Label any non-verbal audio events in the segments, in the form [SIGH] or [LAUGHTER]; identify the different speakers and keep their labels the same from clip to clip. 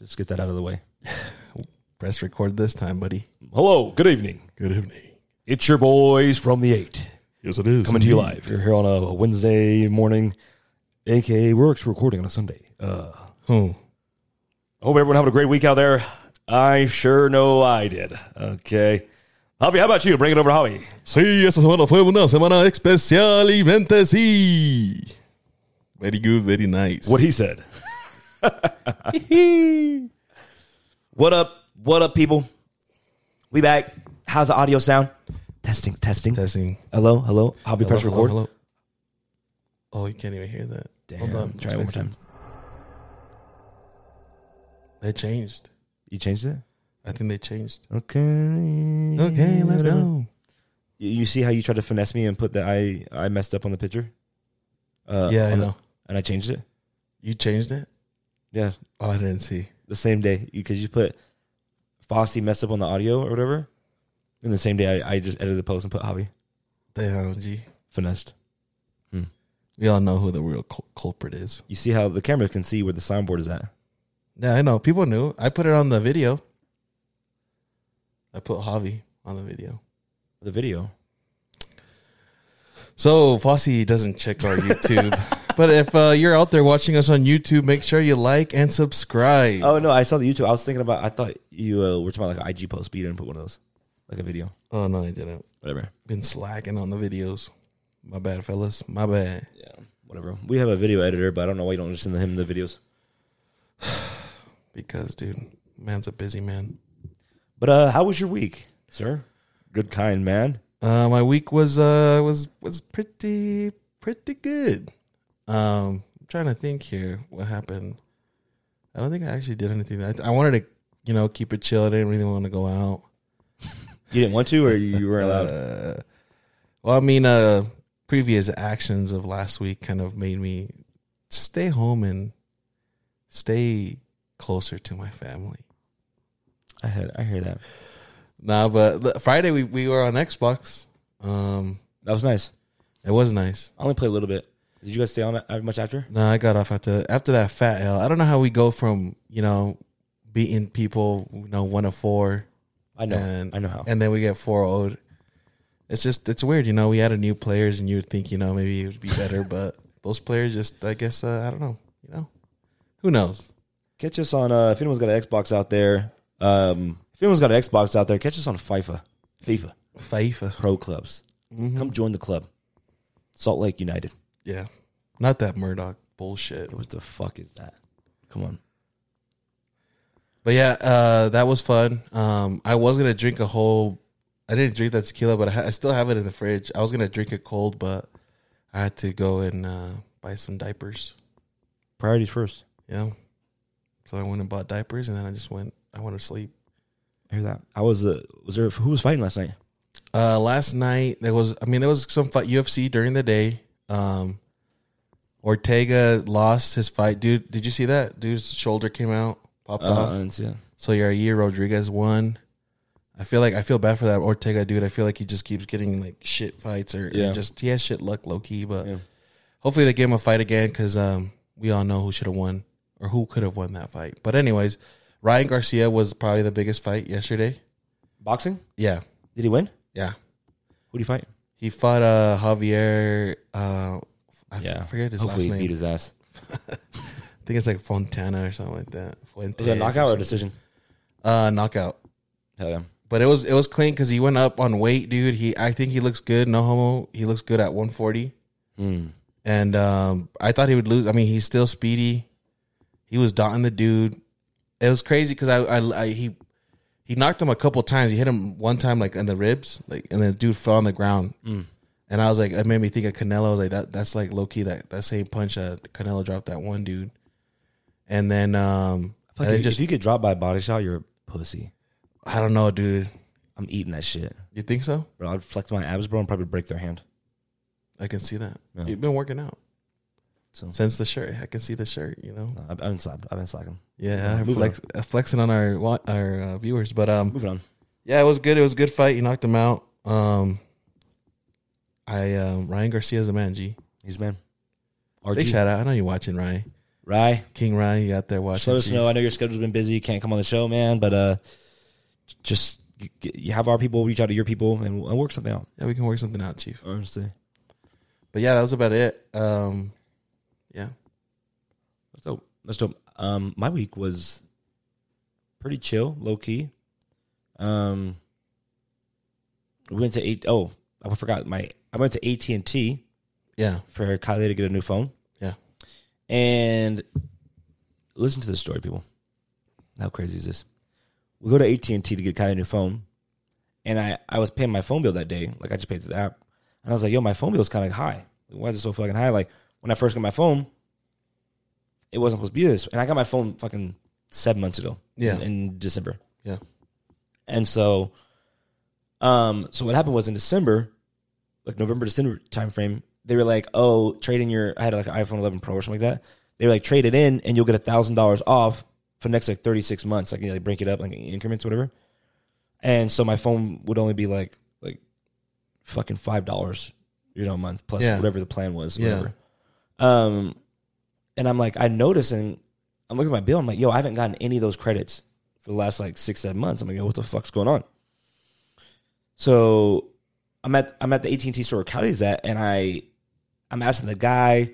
Speaker 1: Let's get that out of the way.
Speaker 2: Press record this time, buddy.
Speaker 1: Hello, good evening.
Speaker 2: Good evening.
Speaker 1: It's your boys from the eight
Speaker 2: Yes, it is.
Speaker 1: coming to you live. You're here on a Wednesday morning, aka we're actually recording on a Sunday. Uh,
Speaker 2: Oh,
Speaker 1: I hope everyone having a great week out there. I sure know I did. Okay, Javi, how about you? Bring it over, Javi.
Speaker 2: sí, esta semana fue una semana especialmente sí. Very good, very nice.
Speaker 1: What he said. [LAUGHS] what up? What up, people? We back. How's the audio sound? Testing, testing.
Speaker 2: Testing.
Speaker 1: Hello, hello. Javi, press
Speaker 2: Hello,
Speaker 1: record.
Speaker 2: hello, hello. Oh, you can't even hear that. Hold on.
Speaker 1: Try it one more time.
Speaker 2: They changed.
Speaker 1: You changed it.
Speaker 2: I think they changed. Mm,
Speaker 1: Okay.
Speaker 2: Okay, let's
Speaker 1: Whatever.
Speaker 2: go.
Speaker 1: You- You see how you tried to finesse me and put that I I messed up on the picture. Uh,
Speaker 2: yeah, I
Speaker 1: on the-
Speaker 2: know.
Speaker 1: and I changed it.
Speaker 2: You changed it?
Speaker 1: Yeah,
Speaker 2: Oh, I didn't see.
Speaker 1: the same day because you put Fossey messed up on the audio or whatever, and the same day I, I just edited the post and put Hobby
Speaker 2: Damn, G.
Speaker 1: finessed.
Speaker 2: We all know who the real cul- culprit is.
Speaker 1: You see how the camera can see where the soundboard is at.
Speaker 2: Yeah, I know. People knew. I put it on the video. I put Javi on the video.
Speaker 1: The video.
Speaker 2: So Fossey doesn't check our YouTube. but if uh, you're out there watching us on YouTube, make sure you like and subscribe.
Speaker 1: Oh no, I saw the YouTube. I was thinking about. I thought you uh, were talking about like an IG post, but you didn't put one of those, like a video,
Speaker 2: Oh, no, I didn't.
Speaker 1: whatever.
Speaker 2: Been slacking on the videos. My bad, fellas. My bad.
Speaker 1: Yeah, whatever. We have a video editor, but I don't know why you don't just send him the videos.
Speaker 2: Because, dude, man's a busy man.
Speaker 1: But uh, how was your week, sir? Good kind man.
Speaker 2: Uh, my week was uh was was pretty pretty good. Um, I'm trying to think here what happened. I don't think I actually did anything. I, I wanted to you know keep it chill. I didn't really want to go out.
Speaker 1: You didn't want to, or you weren't allowed.
Speaker 2: Uh, well, I mean, uh, previous actions of last week kind of made me stay home and stay closer to my family.
Speaker 1: I had. I hear that.
Speaker 2: Nah, but l- Friday we, we were on Xbox. Um,
Speaker 1: That was nice.
Speaker 2: it was nice.
Speaker 1: I only played a little bit. Did you guys stay on that uh, much after?
Speaker 2: No, I got off after after that fat L. I don't know how we go from you know beating people you know one of four,
Speaker 1: I know.
Speaker 2: And-
Speaker 1: I know how.
Speaker 2: and then we get four old. It's just it's weird, you know. We added new players, and you would think you know maybe it would be better, [LAUGHS] but those players just I guess uh, I don't know, you know, who knows?
Speaker 1: Catch us on uh, if anyone's got an Xbox out there. Um, if anyone's got an Xbox out there, catch us on FIFA, FIFA
Speaker 2: FIFA,
Speaker 1: Pro Clubs. Come join the club, Salt Lake United.
Speaker 2: yeah, not that Murdoch bullshit.
Speaker 1: What the fuck is that? Come on.
Speaker 2: But yeah, uh, that was fun. Um, I was gonna drink a whole. I didn't drink that tequila, but I, ha- I still have it in the fridge. I was gonna drink it cold, but I had to go and uh, buy some diapers.
Speaker 1: Priorities first.
Speaker 2: Yeah, so I went and bought diapers, and then I just went. I went to sleep.
Speaker 1: I hear that. I was. Uh, was there? Who was fighting last night?
Speaker 2: Uh, last night there was. I mean, there was some fight UFC during the day. Um, Ortega lost his fight, dude. Did you see that? Dude's shoulder came out, popped off.
Speaker 1: I didn't see that.
Speaker 2: So your year Rodriguez won. I feel like I feel bad for that Ortega dude. I feel like he just keeps getting like shit fights or or
Speaker 1: Yeah.
Speaker 2: just he has shit luck low key. But
Speaker 1: Yeah.
Speaker 2: hopefully they give him a fight again because um, we all know who should have won or who could have won that fight. But anyways, Ryan Garcia was probably the biggest fight yesterday.
Speaker 1: Boxing?
Speaker 2: Yeah,
Speaker 1: Did he win?
Speaker 2: yeah.
Speaker 1: Who did he fight?
Speaker 2: He fought uh, Javier. Uh, I f- forget his
Speaker 1: Hopefully
Speaker 2: last
Speaker 1: he
Speaker 2: name.
Speaker 1: beat his ass.
Speaker 2: I think it's like Fontana or something like that. Fuentes
Speaker 1: Was it a knockout or a
Speaker 2: something.
Speaker 1: decision?
Speaker 2: Uh, knockout.
Speaker 1: Hell yeah.
Speaker 2: But it was it was clean because he went up on weight, dude. He I think he looks good. No homo. He looks good at 140,
Speaker 1: Hmm.
Speaker 2: and um, I thought he would lose. I mean, he's still speedy. He was dotting the dude. It was crazy because I, I I he he knocked him a couple times. He hit him one time like in the ribs, like and the dude fell on the ground.
Speaker 1: Hmm.
Speaker 2: And I was like, it made me think of Canelo. I was like, that that's like low key that that same punch that Canelo dropped that one dude. And then um,
Speaker 1: Fuck,
Speaker 2: and
Speaker 1: if,
Speaker 2: it just
Speaker 1: if you get dropped by a body shot, you're a pussy.
Speaker 2: I don't know, dude.
Speaker 1: I'm eating that shit.
Speaker 2: You think so?
Speaker 1: Bro, I'd flex my abs, bro, and probably break their hand.
Speaker 2: I can see that.
Speaker 1: Yeah.
Speaker 2: You've been working out.
Speaker 1: So-
Speaker 2: Since the shirt, I can see the shirt. You know,
Speaker 1: No, I've, I've been slapped. I've been slacking.
Speaker 2: yeah,
Speaker 1: Moving
Speaker 2: flex, uh, flexing on our wa- our uh, viewers. But um,
Speaker 1: Moving on.
Speaker 2: yeah, it was good. It was a good fight. You knocked him out. Um, I um, Ryan Garcia's a man. G
Speaker 1: He's man.
Speaker 2: big
Speaker 1: RG.
Speaker 2: shout out. I know you're watching Ryan.
Speaker 1: Rye,
Speaker 2: King Ryan, you out there
Speaker 1: just
Speaker 2: watching.
Speaker 1: let us
Speaker 2: too.
Speaker 1: know. I know your schedule's been busy. You can't come on the show, man. But uh, just g- g- you have our people reach out to your people and we'll, and work something out.
Speaker 2: Yeah, we can work something out, Chief.
Speaker 1: Honestly,
Speaker 2: But yeah, that was about it. Um, yeah.
Speaker 1: that's dope. That's dope. Um, my week was pretty chill, low key. Um, we went to eight. Oh, I forgot my. I went to AT and T
Speaker 2: Yeah.
Speaker 1: for Kylie to get a new phone.
Speaker 2: Yeah.
Speaker 1: And listen to this story, people. How crazy is this? We go to AT and T to get Kylie a new phone, and I I was paying my phone bill that day. Like I just paid through the app, and I was like, "Yo, my phone bill is kind of high. Like, why is it so fucking high?" Like when I first got my phone, it wasn't supposed to be this, and I got my phone fucking seven months ago.
Speaker 2: Yeah.
Speaker 1: in, in December.
Speaker 2: Yeah.
Speaker 1: And so, um, so what happened was in December, like November December timeframe, they were like, "Oh, trade in your." I had like an iPhone 11 Pro or something like that. They were like, "Trade it in, and you'll get a thousand dollars off for the next like 36 months. Like, you know, they break it up like in increments, whatever." And so my phone would only be like like fucking five dollars, you know, a month plus
Speaker 2: Yeah.
Speaker 1: whatever the plan was,
Speaker 2: Yeah.
Speaker 1: whatever. Um, and I'm like, I notice, and I'm looking at my bill. I'm like, yo, I haven't gotten any of those credits for the last like six, seven months. I'm like, yo, what the fuck's going on? So I'm at I'm at the AT and T store where Cali's at, and I I'm asking the guy.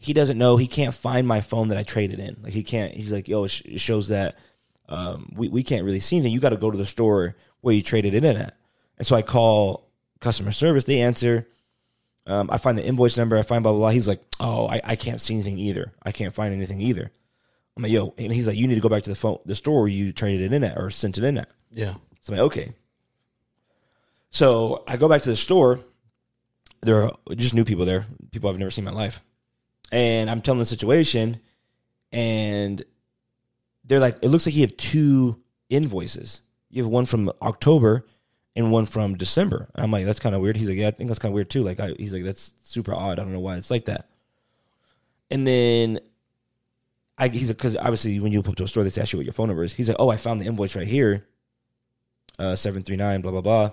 Speaker 1: He doesn't know. He can't find my phone that I traded in. Like he can't. He's like, yo, it, sh- it shows that um, we we can't really see anything. You got to go to the store where you traded it in at. And so I call customer service. They answer. Um, I find the invoice number. I find blah blah blah. He's like, oh, I, I can't see anything either. I can't find anything either. I'm like, yo, and he's like, you need to go back to the phone, the store where you traded it in at or sent it in at.
Speaker 2: Yeah.
Speaker 1: So I'm like, okay. So I go back to the store. There are just new people there, people I've never seen in my life. And I'm telling the situation, and they're like, it looks like you have two invoices. You have one from October and one from December. And I'm like, that's kind of weird. He's like, yeah, I think that's kind of weird too. Like, I, he's like, that's super odd. I don't know why it's like that. And then I, he's because obviously when you pull up to a store, they ask you what your phone number is. He's like, oh, I found the invoice right here uh, 739, blah, blah, blah.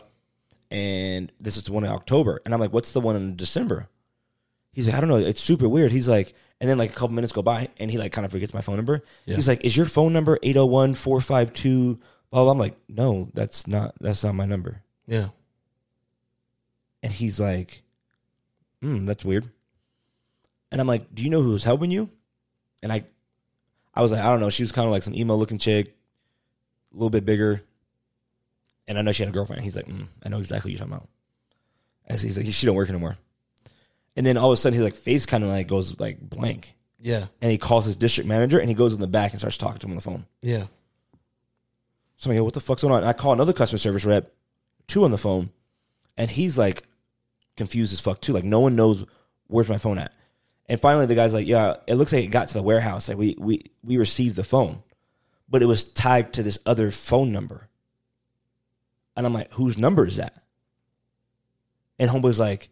Speaker 1: And this is the one in October. And I'm like, what's the one in December? He's like, I don't know. It's super weird. He's like, and then like a couple minutes go by and he like kind of forgets my phone number.
Speaker 2: Yeah.
Speaker 1: He's like, is your phone number 801 452? Blah, blah. I'm like, no, that's not, that's not my number.
Speaker 2: Yeah.
Speaker 1: And he's like, hmm, that's weird. And I'm like, do you know who's helping you? And I, I was like, I don't know. She was kind of like some emo looking chick, a little bit bigger. And I know she had a girlfriend. He's like, mm, I know exactly who you're talking about. And so he's like, she don't work anymore. And then all of a sudden, his like face kind of like goes like blank,
Speaker 2: Yeah.
Speaker 1: and he calls his district manager, and he goes in the back and starts talking to him on the phone.
Speaker 2: Yeah.
Speaker 1: So I'm like, what the fuck's going on? And I call another customer service rep, two on the phone, and he's like confused as fuck too. Like no one knows where's my phone at. And finally the guy's like, Yeah, it looks like it got to the warehouse. Like we we we received the phone. But it was tied to this other phone number. And I'm like, whose number is that? And homeboy's like,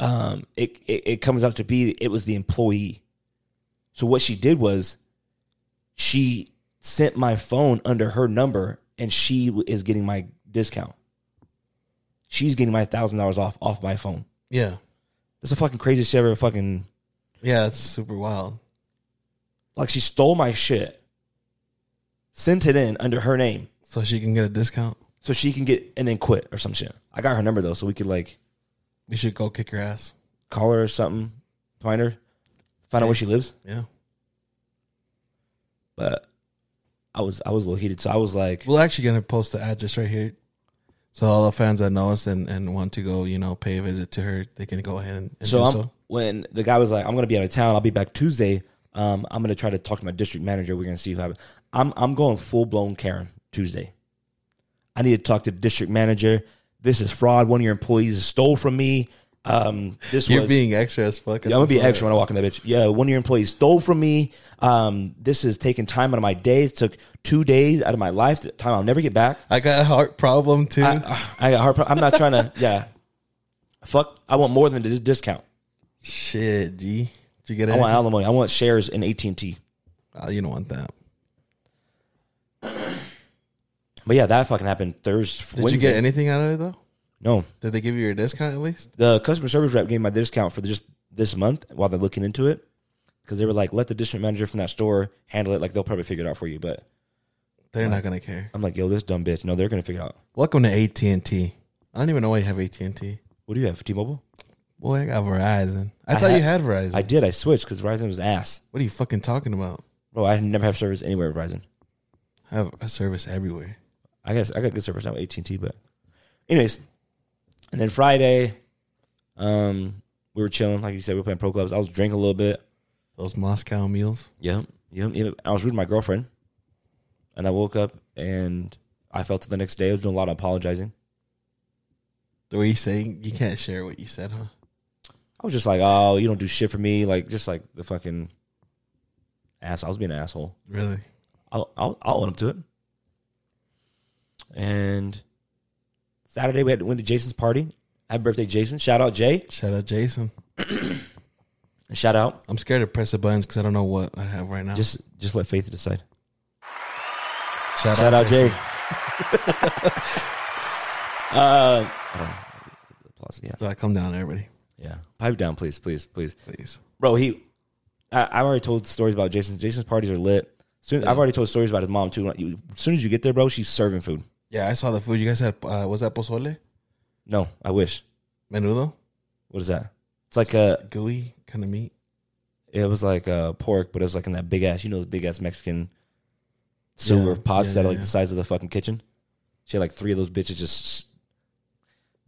Speaker 1: um, it, it it comes out to be it was the employee. So what she did was she sent my phone under her number and she w- is getting my discount. She's getting my thousand dollars off off my phone.
Speaker 2: Yeah.
Speaker 1: That's the fucking craziest shit I've ever fucking
Speaker 2: Yeah. That's super wild.
Speaker 1: like she stole my shit, sent it in under her name
Speaker 2: So she can get a discount.
Speaker 1: so she can get and then quit or some shit. I got her number though, so we could like
Speaker 2: We should go kick her ass.
Speaker 1: call her or something, find her, find out where she lives.
Speaker 2: Yeah.
Speaker 1: But I was I was a little heated, so I was like,
Speaker 2: We're actually gonna post the address right here. So all the fans that know us and, and want to go, you know, pay a visit to her, they can go ahead and, and
Speaker 1: So
Speaker 2: do
Speaker 1: I'm,
Speaker 2: so.
Speaker 1: when the guy was like, "I'm gonna be out of town. I'll be back Tuesday. Um, I'm gonna try to talk to my district manager. We're gonna see who happens." I'm I'm going full blown Karen Tuesday. I need to talk to the district manager. This is fraud. One of your employees stole from me. Um, this
Speaker 2: You're
Speaker 1: was.
Speaker 2: being extra as fuck.
Speaker 1: Yeah, I'm gonna be extra when I walk in that bitch. Yeah, one of your employees stole from me. Um, this is taking time out of my day. It took two days out of my life. Time I'll never get back.
Speaker 2: I got a heart problem too.
Speaker 1: I, I got hard. Pro- I'm not trying to. [LAUGHS] Yeah, fuck. I want more than this discount.
Speaker 2: Shit, G. Did you get
Speaker 1: I
Speaker 2: it?
Speaker 1: want alimony. I want shares in AT and T.
Speaker 2: Oh, you don't want that.
Speaker 1: But yeah, that fucking happened Thursday.
Speaker 2: Did you get anything out of it though?
Speaker 1: No,
Speaker 2: Did they give you a discount at least?
Speaker 1: the customer service rep gave my discount for just this month while they're looking into it. because they were like, let the district manager from that store handle it. Like they'll probably figure it out for you. But
Speaker 2: They're not gonna care.
Speaker 1: I'm like, yo, this dumb bitch. No, they're gonna figure it out.
Speaker 2: Welcome to AT and T. I don't even know why you have AT and T.
Speaker 1: What do you have? T-Mobile?
Speaker 2: Boy, I got Verizon. I, thought you had Verizon.
Speaker 1: I did. I switched because Verizon was ass.
Speaker 2: what are you fucking talking about?
Speaker 1: Bro, I never have service anywhere at Verizon.
Speaker 2: I have a service everywhere.
Speaker 1: I guess I got good service now with AT and T, but anyways. And then Friday, um, we were chilling, like you said, we were playing pro clubs. I was drinking a little bit.
Speaker 2: Those Moscow meals.
Speaker 1: Yep, yep. yep. I was rude to my girlfriend, and I woke up and I felt it the next day. I was doing a lot of apologizing.
Speaker 2: The way you saying you can't share what you said, huh?
Speaker 1: I was just like, "Oh, you don't do shit for me," like just like the fucking ass. I was being an asshole.
Speaker 2: Really?
Speaker 1: I'll I'll, I'll own up to it. And Saturday we had, went to Jason's party. Happy birthday, Jason! Shout out Jay.
Speaker 2: Shout out Jason.
Speaker 1: Shout out.
Speaker 2: I'm scared to press the buttons because I don't know what I have right now.
Speaker 1: Just just let Faith decide.
Speaker 2: shout,
Speaker 1: Shout out Jay. [LAUGHS]
Speaker 2: Jason.
Speaker 1: uh, oh, applause. Yeah,
Speaker 2: So I come down, everybody,
Speaker 1: yeah. Pipe down, please, please, please,
Speaker 2: please.
Speaker 1: bro. He, I, I've already told stories about Jason. Jason's parties are lit. Soon, I've already told stories about his mom too. Like, you- As soon as you get there, bro, she's serving food.
Speaker 2: Yeah, I saw the food you guys had. Uh, was that pozole?
Speaker 1: No, I wish.
Speaker 2: Menudo,
Speaker 1: What is that? It's like a.
Speaker 2: gooey kind of meat.
Speaker 1: It was like uh pork, but it was like in that big ass. You know those big ass Mexican silver
Speaker 2: Yeah,
Speaker 1: pots
Speaker 2: yeah,
Speaker 1: that are
Speaker 2: yeah,
Speaker 1: like
Speaker 2: yeah.
Speaker 1: the size of the fucking kitchen. She had like three of those bitches just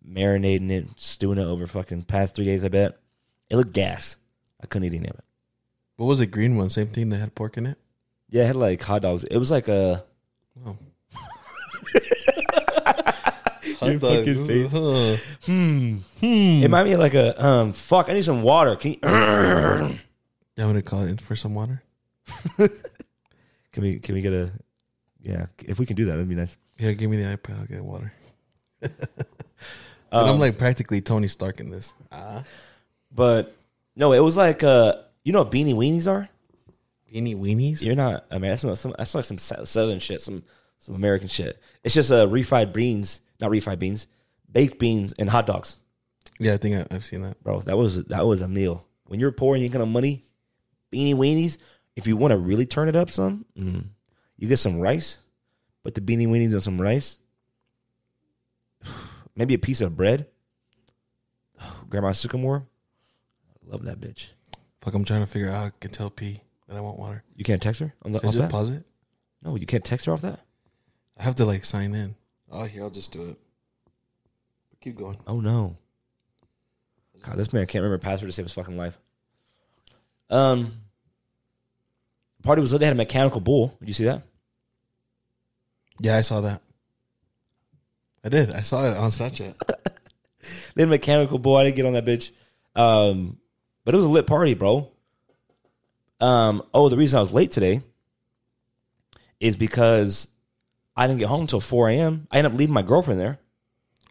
Speaker 1: marinating it, stewing it over fucking past three days. I bet it looked gas. I couldn't eat any of it.
Speaker 2: What was the green one? Same thing that had pork in it.
Speaker 1: Yeah, it had like hot dogs. It was like a
Speaker 2: Wow.
Speaker 1: Your fucking face.
Speaker 2: Huh. [LAUGHS]
Speaker 1: It might be like a um fuck. I need some water. Can you, [CLEARS THROAT]
Speaker 2: You want me to call in for some water?
Speaker 1: can we can we get a yeah? If we can do that, that'd be nice.
Speaker 2: Yeah, give me the iPad. I'll get water. [LAUGHS]
Speaker 1: Um,
Speaker 2: But I'm like practically Tony Stark in this.
Speaker 1: uh,
Speaker 2: Ah,
Speaker 1: But no, it was like uh you know what beanie weenies are.
Speaker 2: beanie weenies.
Speaker 1: You're not. I mean, that's not some. That's like some sou- southern shit. Some some American shit. It's just uh refried beans, not refried beans, baked beans and hot dogs,
Speaker 2: Yeah, I think I, I've seen that.
Speaker 1: bro. That was that was a meal. When you're poor and you ain't got no money, beanie weenies. If you want to really turn it up, some mm, you get some rice, put the beanie weenies on some rice, [SIGHS] maybe a piece of bread. [SIGHS] Grandma Sycamore, love that bitch.
Speaker 2: Fuck, I'm trying to figure out how I can tell P that I want water.
Speaker 1: You can't text her on the
Speaker 2: Can I
Speaker 1: off
Speaker 2: just
Speaker 1: that.
Speaker 2: pause it?
Speaker 1: no, you can't text her off that.
Speaker 2: I have to like sign in. Oh, here, I'll just do it. Keep going.
Speaker 1: Oh no. God, this man can't remember password to save his fucking life. Um Party was lit. They had a mechanical bull. Did you see that?
Speaker 2: Yeah, I saw that. I did. I saw it on Snapchat.
Speaker 1: They had a mechanical bull. I didn't get on that bitch. Um, but it was a lit party, bro. Um, oh, the reason I was late today is because I didn't get home until 4 a.m. I ended up leaving my girlfriend there.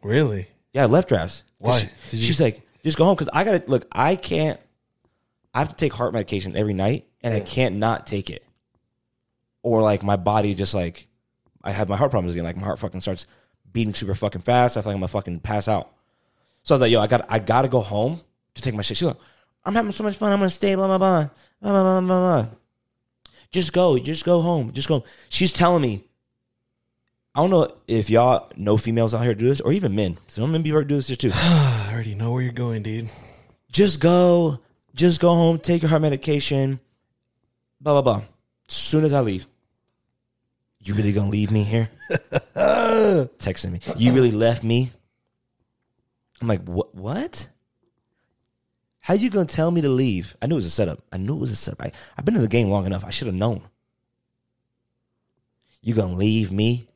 Speaker 2: really? [SIGHS]
Speaker 1: Yeah, I left drafts. 'Cause
Speaker 2: Why?
Speaker 1: She,
Speaker 2: Did you-
Speaker 1: she's like, just go home because I gotta look. I can't. I have to take heart medication every night, and I can't not take it. Or like my body just like, I have my heart problems again. Like my heart fucking starts beating super fucking fast. I feel like I'm gonna fucking pass out. So I was like, yo, I got I gotta go home to take my shit. She's like, I'm having so much fun. I'm gonna stay. Blah blah blah blah blah blah blah. blah. Just go, just go home, just go. She's telling me I don't know if y'all know females out here do this, or even men. Some men be do this too.
Speaker 2: I already know where you're going, dude.
Speaker 1: Just go, just go home, take your heart medication, blah blah blah. Soon as I leave, you really gonna leave me
Speaker 2: [LAUGHS]
Speaker 1: here? Texting me, you really left me. I'm like, what? What? How you gonna tell me to leave? I knew it was a setup. I knew it was a setup. I, I've been in the game long enough. I should have known. You gonna leave me?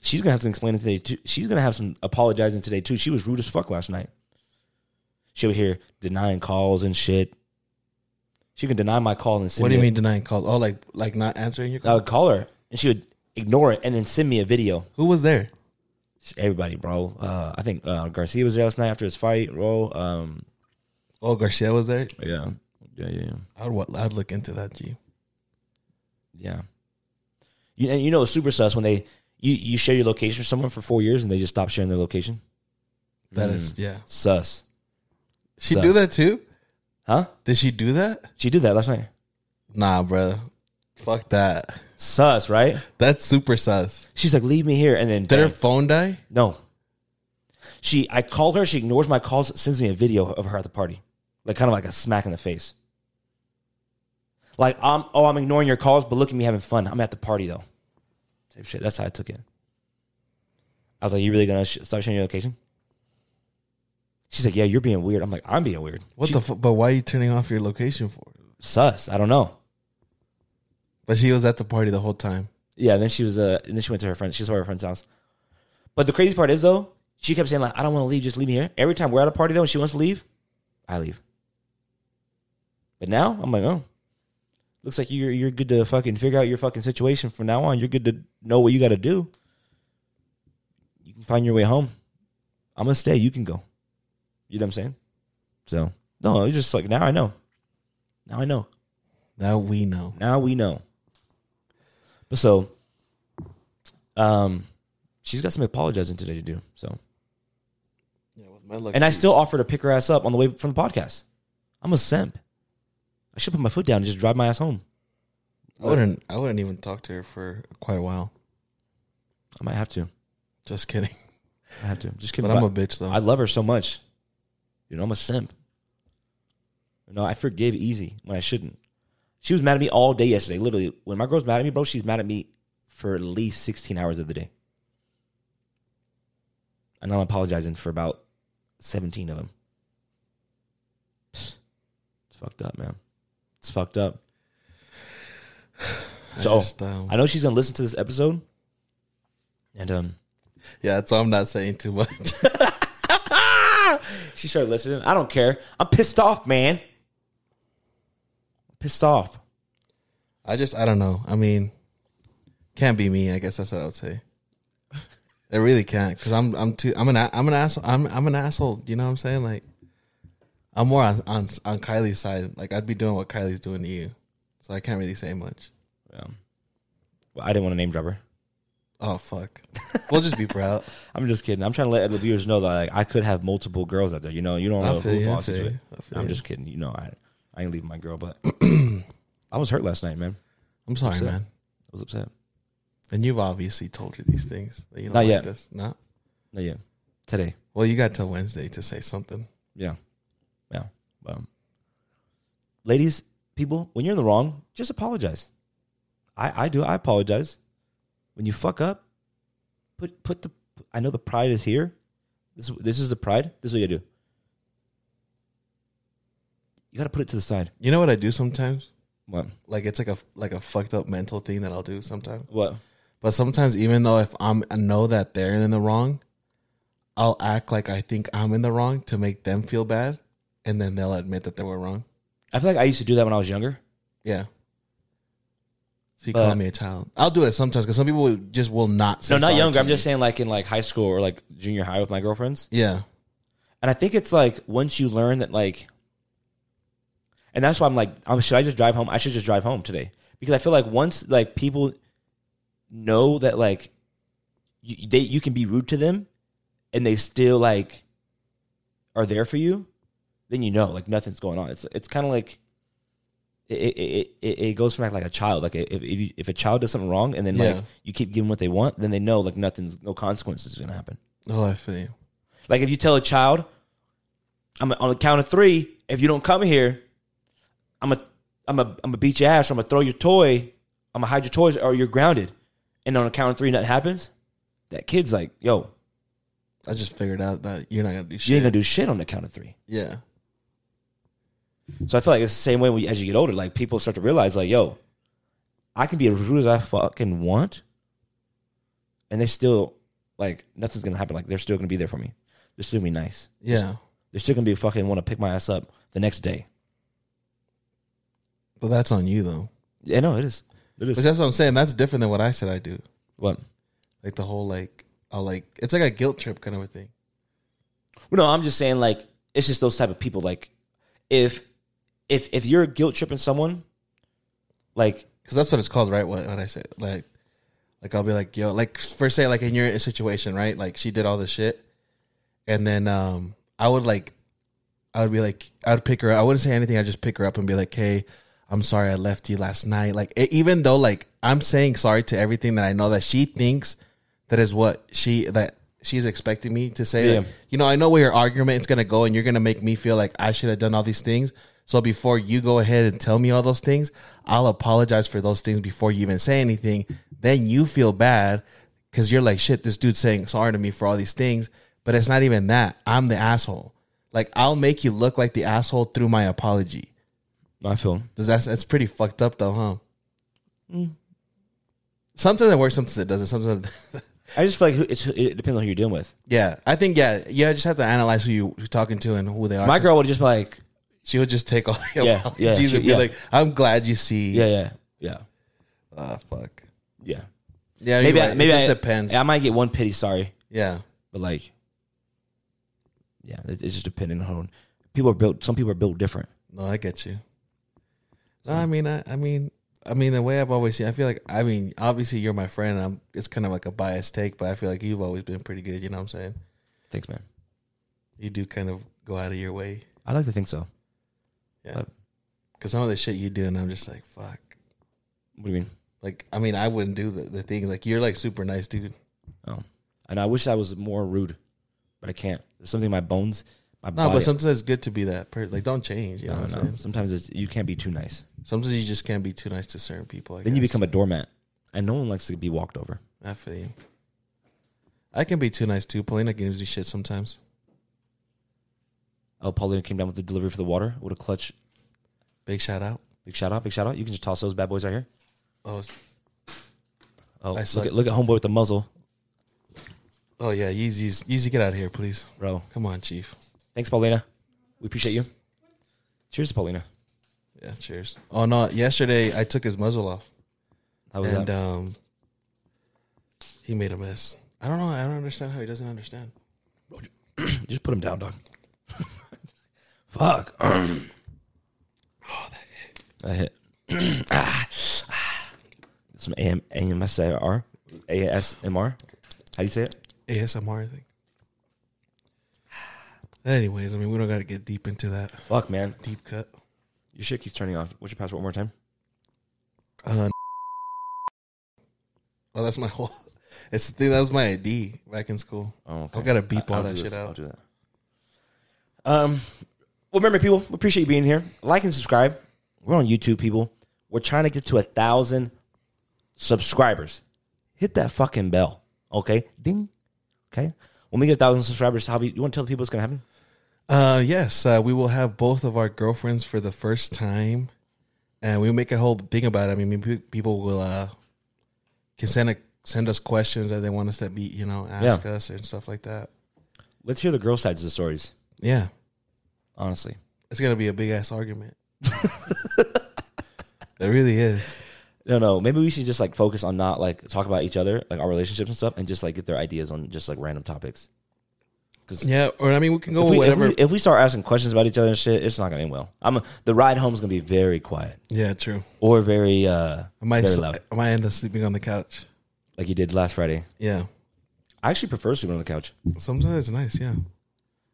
Speaker 1: She's gonna have some explaining today too. She's gonna have some apologizing today too. She was rude as fuck last night. She over here denying calls and shit. She can deny my call and send
Speaker 2: What do you
Speaker 1: me
Speaker 2: mean denying calls? Oh, like like not answering your
Speaker 1: a, I
Speaker 2: call?
Speaker 1: would call her and she would ignore it and then send me a video.
Speaker 2: Who was there?
Speaker 1: Everybody, bro. Uh, I think uh, Garcia was there last night after his fight. Bro, um,
Speaker 2: Oh, Garcia was there.
Speaker 1: yeah, yeah, yeah, yeah.
Speaker 2: I'd wa- I'd look into that, G.
Speaker 1: Yeah. You and you know it's super sus when they you, you share your location with someone for four years and they just
Speaker 2: Mm.
Speaker 1: stop sharing their location.
Speaker 2: That is, yeah.
Speaker 1: Mm. Sus.
Speaker 2: She
Speaker 1: Sus.
Speaker 2: do that too.
Speaker 1: Huh?
Speaker 2: Did she do that?
Speaker 1: She did that last night.
Speaker 2: Nah, bro. Fuck that.
Speaker 1: Sus, right?
Speaker 2: That's super sus.
Speaker 1: She's like, leave me here, and then
Speaker 2: Did her
Speaker 1: bang.
Speaker 2: phone die?
Speaker 1: no. She, I called her. She ignores my calls. Sends me a video of her at the party, like kind of like a smack in the face. Like I'm, oh, I'm ignoring your calls, but look at me having fun. I'm at the party though. Type shit. That's how I took it. I was like, you really gonna sh- start sharing your location? She's like, yeah, you're being weird. I'm like, I'm being weird.
Speaker 2: What
Speaker 1: She-
Speaker 2: the? Fu- but why are you turning off your location for?
Speaker 1: sus? I don't know.
Speaker 2: But she was at the party the whole time.
Speaker 1: Yeah, and then she was uh and then she went to her friend. She saw her friend's house. But the crazy part is though, she kept saying like, "I don't want to leave. Just leave me here." Every time we're at a party though, and she wants to leave, I leave. But now I'm like, oh, looks like you're you're good to fucking figure out your fucking situation from now on. You're good to know what you got to do. You can find your way home. I'm gonna stay. You can go. You know what I'm saying? So no, it's just like now I know. Now I know.
Speaker 2: Now we know.
Speaker 1: Now we know. But so, um, she's got some apologizing today to do. So,
Speaker 2: Yeah, with my luck.
Speaker 1: and I still offered to pick her ass up on the way from the podcast. I'm a simp. I should put my foot down and just drive my ass home.
Speaker 2: I wouldn't. I wouldn't even talk to her for quite a while.
Speaker 1: I might have to.
Speaker 2: Just kidding. [LAUGHS]
Speaker 1: I have to. Just kidding.
Speaker 2: But I'm a bitch
Speaker 1: I
Speaker 2: though.
Speaker 1: love her so much. You know, I'm a simp. You know, I forgive easy when I shouldn't. She was mad at me all day yesterday. Literally, when my girl's mad at me, bro, she's mad at me for at least 16 hours of the day. And I'm apologizing for about 17 of them. [SIGHS] It's fucked up, man. It's fucked up. [SIGHS] So,
Speaker 2: just, um,
Speaker 1: I know she's going to listen to this episode. And, um,
Speaker 2: yeah, that's why I'm not saying too much. [LAUGHS]
Speaker 1: She started listening. I don't care. I'm pissed off, man. Pissed off.
Speaker 2: I just. I don't know. I mean, can't be me. I guess that's what I would say. It really can't because I'm. I'm too. I'm an. a- I'm an asshole. I'm. I'm an asshole. You know what I'm saying? Like, I'm more on on on Kylie's side. Like, I'd be doing what Kylie's doing to you, so I can't really say much.
Speaker 1: Well, I didn't want to name drop her. [LAUGHS]
Speaker 2: Oh fuck. we'll just be proud.
Speaker 1: I'm just kidding. I'm trying to let the viewers know that like, I could have multiple girls out there. You know, you don't
Speaker 2: I
Speaker 1: know
Speaker 2: feel
Speaker 1: who
Speaker 2: you, I
Speaker 1: falls
Speaker 2: feel
Speaker 1: into it.
Speaker 2: you, I feel
Speaker 1: I'm
Speaker 2: you.
Speaker 1: just kidding. You know, I I ain't leaving my girl, but [CLEARS THROAT] I was hurt last night, man.
Speaker 2: I'm sorry,
Speaker 1: Upset.
Speaker 2: man.
Speaker 1: I was upset.
Speaker 2: And you've obviously told her these things. That you don't
Speaker 1: Not
Speaker 2: like
Speaker 1: yet.
Speaker 2: this. No.
Speaker 1: No, yeah. Today.
Speaker 2: Well, you got till Wednesday to say something.
Speaker 1: Yeah. Yeah. But, um, ladies, people, when you're in the wrong, just apologize. I, I do. I apologize. When you fuck up, put put the. I know the pride is here. This this is the pride. This is what you gotta do. You gotta put it to the side.
Speaker 2: You know what I do sometimes?
Speaker 1: What?
Speaker 2: Like it's like a like a fucked up mental thing that I'll do sometimes.
Speaker 1: What?
Speaker 2: But sometimes, even though if I'm I know that they're in the wrong, I'll act like I think I'm in the wrong to make them feel bad, and then they'll admit that they were wrong.
Speaker 1: I feel like I used to do that when I was younger.
Speaker 2: Yeah. So you
Speaker 1: But-
Speaker 2: call me a child. I'll do it sometimes because some people will- just will not. Say
Speaker 1: No, not
Speaker 2: sorry
Speaker 1: younger.
Speaker 2: to
Speaker 1: I'm
Speaker 2: me.
Speaker 1: just saying, like in like high school or like junior high with my girlfriends.
Speaker 2: yeah.
Speaker 1: And I think it's like once you learn that, like, and that's why I'm like, um, should I just drive home? I should just drive home today because I feel like once like people know that like you, they you can be rude to them and they still like are there for you, then you know like nothing's going on. It's it's kind of like. It, it, it it goes from like, like a child. Like if if, you, if a child does something wrong, and then
Speaker 2: Yeah.
Speaker 1: like you keep giving what they want, then they know like nothing's no consequences is gonna happen.
Speaker 2: Oh, I feel you.
Speaker 1: Like if you tell a child, I'm on the count of three. If you don't come here, I'm a I'm a I'm a beat your ass. Or I'm gonna throw your toy. I'm gonna hide your toys, or you're grounded. And on a count of three, nothing happens. That kid's like, yo,
Speaker 2: I just figured out that you're not gonna do shit.
Speaker 1: you ain't gonna do shit on the count of three.
Speaker 2: yeah.
Speaker 1: So I feel like it's the same way when you, as you get older. Like people start to realize, like, yo, I can be as rude as I fucking want, and they still like nothing's gonna happen. Like they're still gonna be there for me. They're still gonna be nice.
Speaker 2: Yeah.
Speaker 1: They're still gonna be fucking want to pick my ass up the next day.
Speaker 2: But that's on you though.
Speaker 1: Yeah, no, it is. It
Speaker 2: But
Speaker 1: is.
Speaker 2: that's what I'm saying. That's different than what I said I do.
Speaker 1: What?
Speaker 2: Like the whole like I like it's like a guilt trip kind of a thing.
Speaker 1: Well, no, I'm just saying like it's just those type of people. Like if if if you're guilt tripping someone, like
Speaker 2: Because that's what it's called, right? What what I say. Like like I'll be like, yo, like for say like in your situation, right? Like she did all this shit. And then um I would like I would be like, I would pick her up. I wouldn't say anything. I'd just pick her up and be like, hey, I'm sorry I left you last night. Like, e- even though, like, I'm saying sorry to everything that I know that she thinks that is what she, that she's expecting me to say.
Speaker 1: Yeah.
Speaker 2: Like, you know, I know where your argument is going to go and you're going to make me feel like I should have done all these things. So before you go ahead and tell me all those things, I'll apologize for those things before you even say anything. Then you feel bad because you're like, shit, this dude's saying sorry to me for all these things. But it's not even that. I'm the asshole. Like, I'll make you look like the asshole through my apology.
Speaker 1: I feel.
Speaker 2: Does that that's pretty fucked up though, huh? Sometimes it works, sometimes it [LAUGHS] doesn't. Sometimes,
Speaker 1: I just feel like who- it's it depends on who you're dealing with.
Speaker 2: yeah. I think yeah, yeah. Just have to analyze who you, you're talking to and who they are.
Speaker 1: My girl would just be like,
Speaker 2: she would just take all [LAUGHS]
Speaker 1: Yeah,
Speaker 2: the
Speaker 1: yeah,
Speaker 2: apologies
Speaker 1: she-
Speaker 2: and be
Speaker 1: yeah.
Speaker 2: like, "I'm glad you see."
Speaker 1: yeah, yeah, yeah,
Speaker 2: Ah, fuck.
Speaker 1: yeah.
Speaker 2: Yeah,
Speaker 1: Maybe
Speaker 2: maybe.
Speaker 1: I, maybe
Speaker 2: it just
Speaker 1: I,
Speaker 2: depends.
Speaker 1: I might get one pity sorry,
Speaker 2: yeah,
Speaker 1: but like, yeah, it, it's just depending on people are built. Some people are built different.
Speaker 2: no, I get you. No, I mean, I, I mean, I mean, the way I've always seen, I feel like, I mean, obviously you're my friend. And I'm. It's kind of like a biased take, but I feel like you've always been pretty good. You know what I'm saying?
Speaker 1: Thanks, man.
Speaker 2: You do kind of go out of your way.
Speaker 1: I like to think so.
Speaker 2: Yeah. Because some of the shit you do, and I'm just like, fuck.
Speaker 1: What do you mean?
Speaker 2: Like, I mean, I wouldn't do the, the things. Like, you're like super nice, dude.
Speaker 1: Oh, and I wish I was more rude, but I can't. There's something in my bones, my
Speaker 2: No,
Speaker 1: body.
Speaker 2: but sometimes it's good to be that person. Like, don't change. You know
Speaker 1: I
Speaker 2: what
Speaker 1: don't
Speaker 2: I'm
Speaker 1: know.
Speaker 2: saying?
Speaker 1: Sometimes it's, you can't be too nice.
Speaker 2: Sometimes you just can't be too nice to certain people. I
Speaker 1: Then you
Speaker 2: guess.
Speaker 1: become a doormat, and no one likes to be walked over.
Speaker 2: I feel you. I can be too nice too. Polina gives me shit sometimes.
Speaker 1: Oh, Paulina came down with the delivery for the water. What a clutch!
Speaker 2: Big shout out.
Speaker 1: Big shout out, big shout out. You can just toss those bad boys right here.
Speaker 2: Oh, it's-
Speaker 1: Oh,
Speaker 2: I
Speaker 1: look
Speaker 2: suck.
Speaker 1: at, look at homeboy with the muzzle,
Speaker 2: oh yeah, Yeezy's Yeezy, get out of here, please.
Speaker 1: bro.
Speaker 2: Come on, Chief.
Speaker 1: Thanks, Paulina. We appreciate you. Cheers, Paulina.
Speaker 2: Yeah, cheers. Oh no, yesterday I took his muzzle off
Speaker 1: How was
Speaker 2: and
Speaker 1: that?
Speaker 2: um, he made a mess. I don't know. I don't understand how he doesn't understand.
Speaker 1: just put him down, dog. [LAUGHS] Fuck. [CLEARS THROAT] oh, that hit. That hit. [CLEARS THROAT] Ah, ah. Some AM, AMSR, ASMR. How do you say it?
Speaker 2: ASMR, I think. [SIGHS] Anyways, I mean, we don't got to get deep into that
Speaker 1: Fuck, man.
Speaker 2: deep cut.
Speaker 1: Your shit keeps turning off. What's your password one more time?
Speaker 2: Uh, oh, that's my [LAUGHS] whole. It's the thing that was my ID back in school.
Speaker 1: Oh,
Speaker 2: I've got to beep all
Speaker 1: I'll
Speaker 2: that
Speaker 1: do
Speaker 2: shit
Speaker 1: this. I'll
Speaker 2: out.
Speaker 1: do that. Um, well, remember, people, we appreciate you being here. Like and subscribe. We're on YouTube, people. We're trying to get to a thousand subscribers. Hit that fucking bell, okay? Ding. Okay. When we get a thousand subscribers, Javi, you want to tell the people what's gonna happen?
Speaker 2: Uh, yes, uh, we will have both of our girlfriends for the first time, and we make a whole thing about it. I mean, maybe people will uh, can send a, send us questions that they want us to be, you know, ask
Speaker 1: Yeah.
Speaker 2: us and stuff like that.
Speaker 1: Let's hear the girl sides of the stories.
Speaker 2: Yeah,
Speaker 1: Honestly,
Speaker 2: it's gonna be a big ass argument.
Speaker 1: [LAUGHS]
Speaker 2: it really is.
Speaker 1: no, no. Maybe we should just like focus on not like talk about each other, like our relationships and stuff, and just like get their ideas on just like random topics.
Speaker 2: Yeah, or I mean, we can go
Speaker 1: If we, if,
Speaker 2: whatever.
Speaker 1: we, if we start asking questions about each other and shit, it's not gonna end well. I'm the ride home's gonna be very quiet
Speaker 2: yeah, true.
Speaker 1: or very uh
Speaker 2: I might
Speaker 1: very
Speaker 2: s-
Speaker 1: loud,
Speaker 2: I might end up sleeping on the couch.
Speaker 1: like you did last Friday.
Speaker 2: Yeah,
Speaker 1: I actually prefer sleeping on the couch.
Speaker 2: sometimes it's nice. Yeah,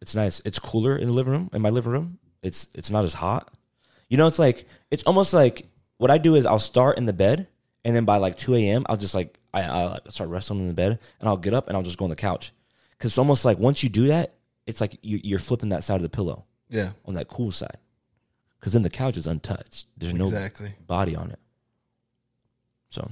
Speaker 1: It's nice. It's cooler in the living room. In my living room, it's it's not as hot. You know, it's like it's almost like what I do is I'll start in the bed, and then by like two a.m. I'll just like I I'll start wrestling in the bed, and I'll get up and I'll just go on the couch. Because it's almost like once you do that, it's like you, you're flipping that side of the pillow
Speaker 2: yeah,
Speaker 1: on that cool side. Because then the couch is untouched. There's no
Speaker 2: exactly.
Speaker 1: body on it. So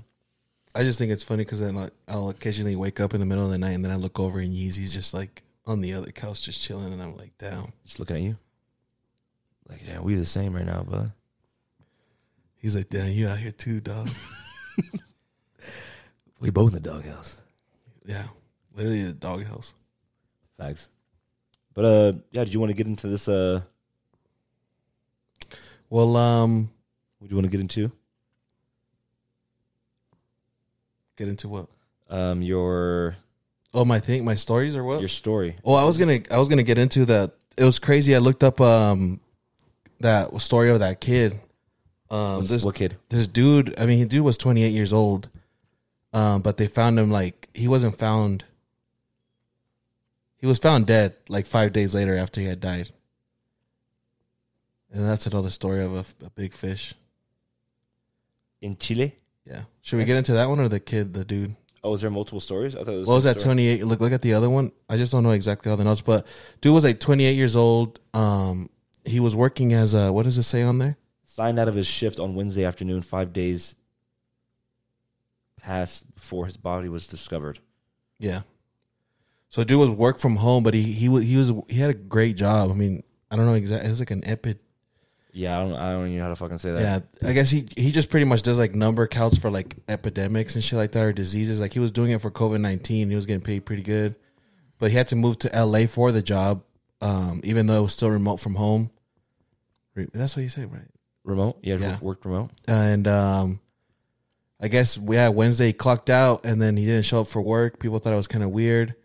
Speaker 2: I just think it's funny because then like, I'll occasionally wake up in the middle of the night and then I look over and Yeezy's just like on the other couch, just chilling, and I'm like, damn,
Speaker 1: just looking at you, like yeah, we the same right now, but
Speaker 2: He's like, damn, you out here too, dog. [LAUGHS]
Speaker 1: we both in the doghouse.
Speaker 2: yeah, literally the doghouse.
Speaker 1: Facts. But uh, yeah, did you want to get into this? Uh,
Speaker 2: Well, um,
Speaker 1: what do you want to get into?
Speaker 2: get into what?
Speaker 1: Um, your
Speaker 2: Oh, my thing, my stories or what?
Speaker 1: your story.
Speaker 2: Oh, I was gonna, I was gonna get into that. It was crazy. I looked up um that story of that kid. Um, this
Speaker 1: what kid?
Speaker 2: this dude i mean he dude was 28 years old um but they found him like he wasn't found he was found dead like five days later after he had died And that's another story of a, f- a big fish.
Speaker 1: in Chile.
Speaker 2: Yeah. Should we get into that one or the kid, the dude?
Speaker 1: Oh, is there multiple stories? I thought it was
Speaker 2: What was
Speaker 1: one
Speaker 2: that?
Speaker 1: story.
Speaker 2: Twenty eight. Look, look at the other one. I just don't know exactly all the notes, but dude was like twenty eight years old. Um, he was working as a what does it say on there?
Speaker 1: Signed out of his shift on Wednesday afternoon, five days passed before his body was discovered.
Speaker 2: Yeah. So dude was work from home, but he he wa- he was he had a great job. I mean, I don't know exactly. It was like an epi.
Speaker 1: Yeah, I don't, I don't even know how to fucking say that.
Speaker 2: Yeah, I guess he he just pretty much does like number counts for like epidemics and shit like that or diseases. Like he was doing it for COVID nineteen. He was getting paid pretty good, but he had to move to L A for the job, um, even though it was still remote from home. Re- That's what you say, right?
Speaker 1: Remote? Yeah,
Speaker 2: Yeah.
Speaker 1: work- worked remote.
Speaker 2: and um I guess yeah, Wednesday he clocked out and then he didn't show up for work. People thought it was kind of weird.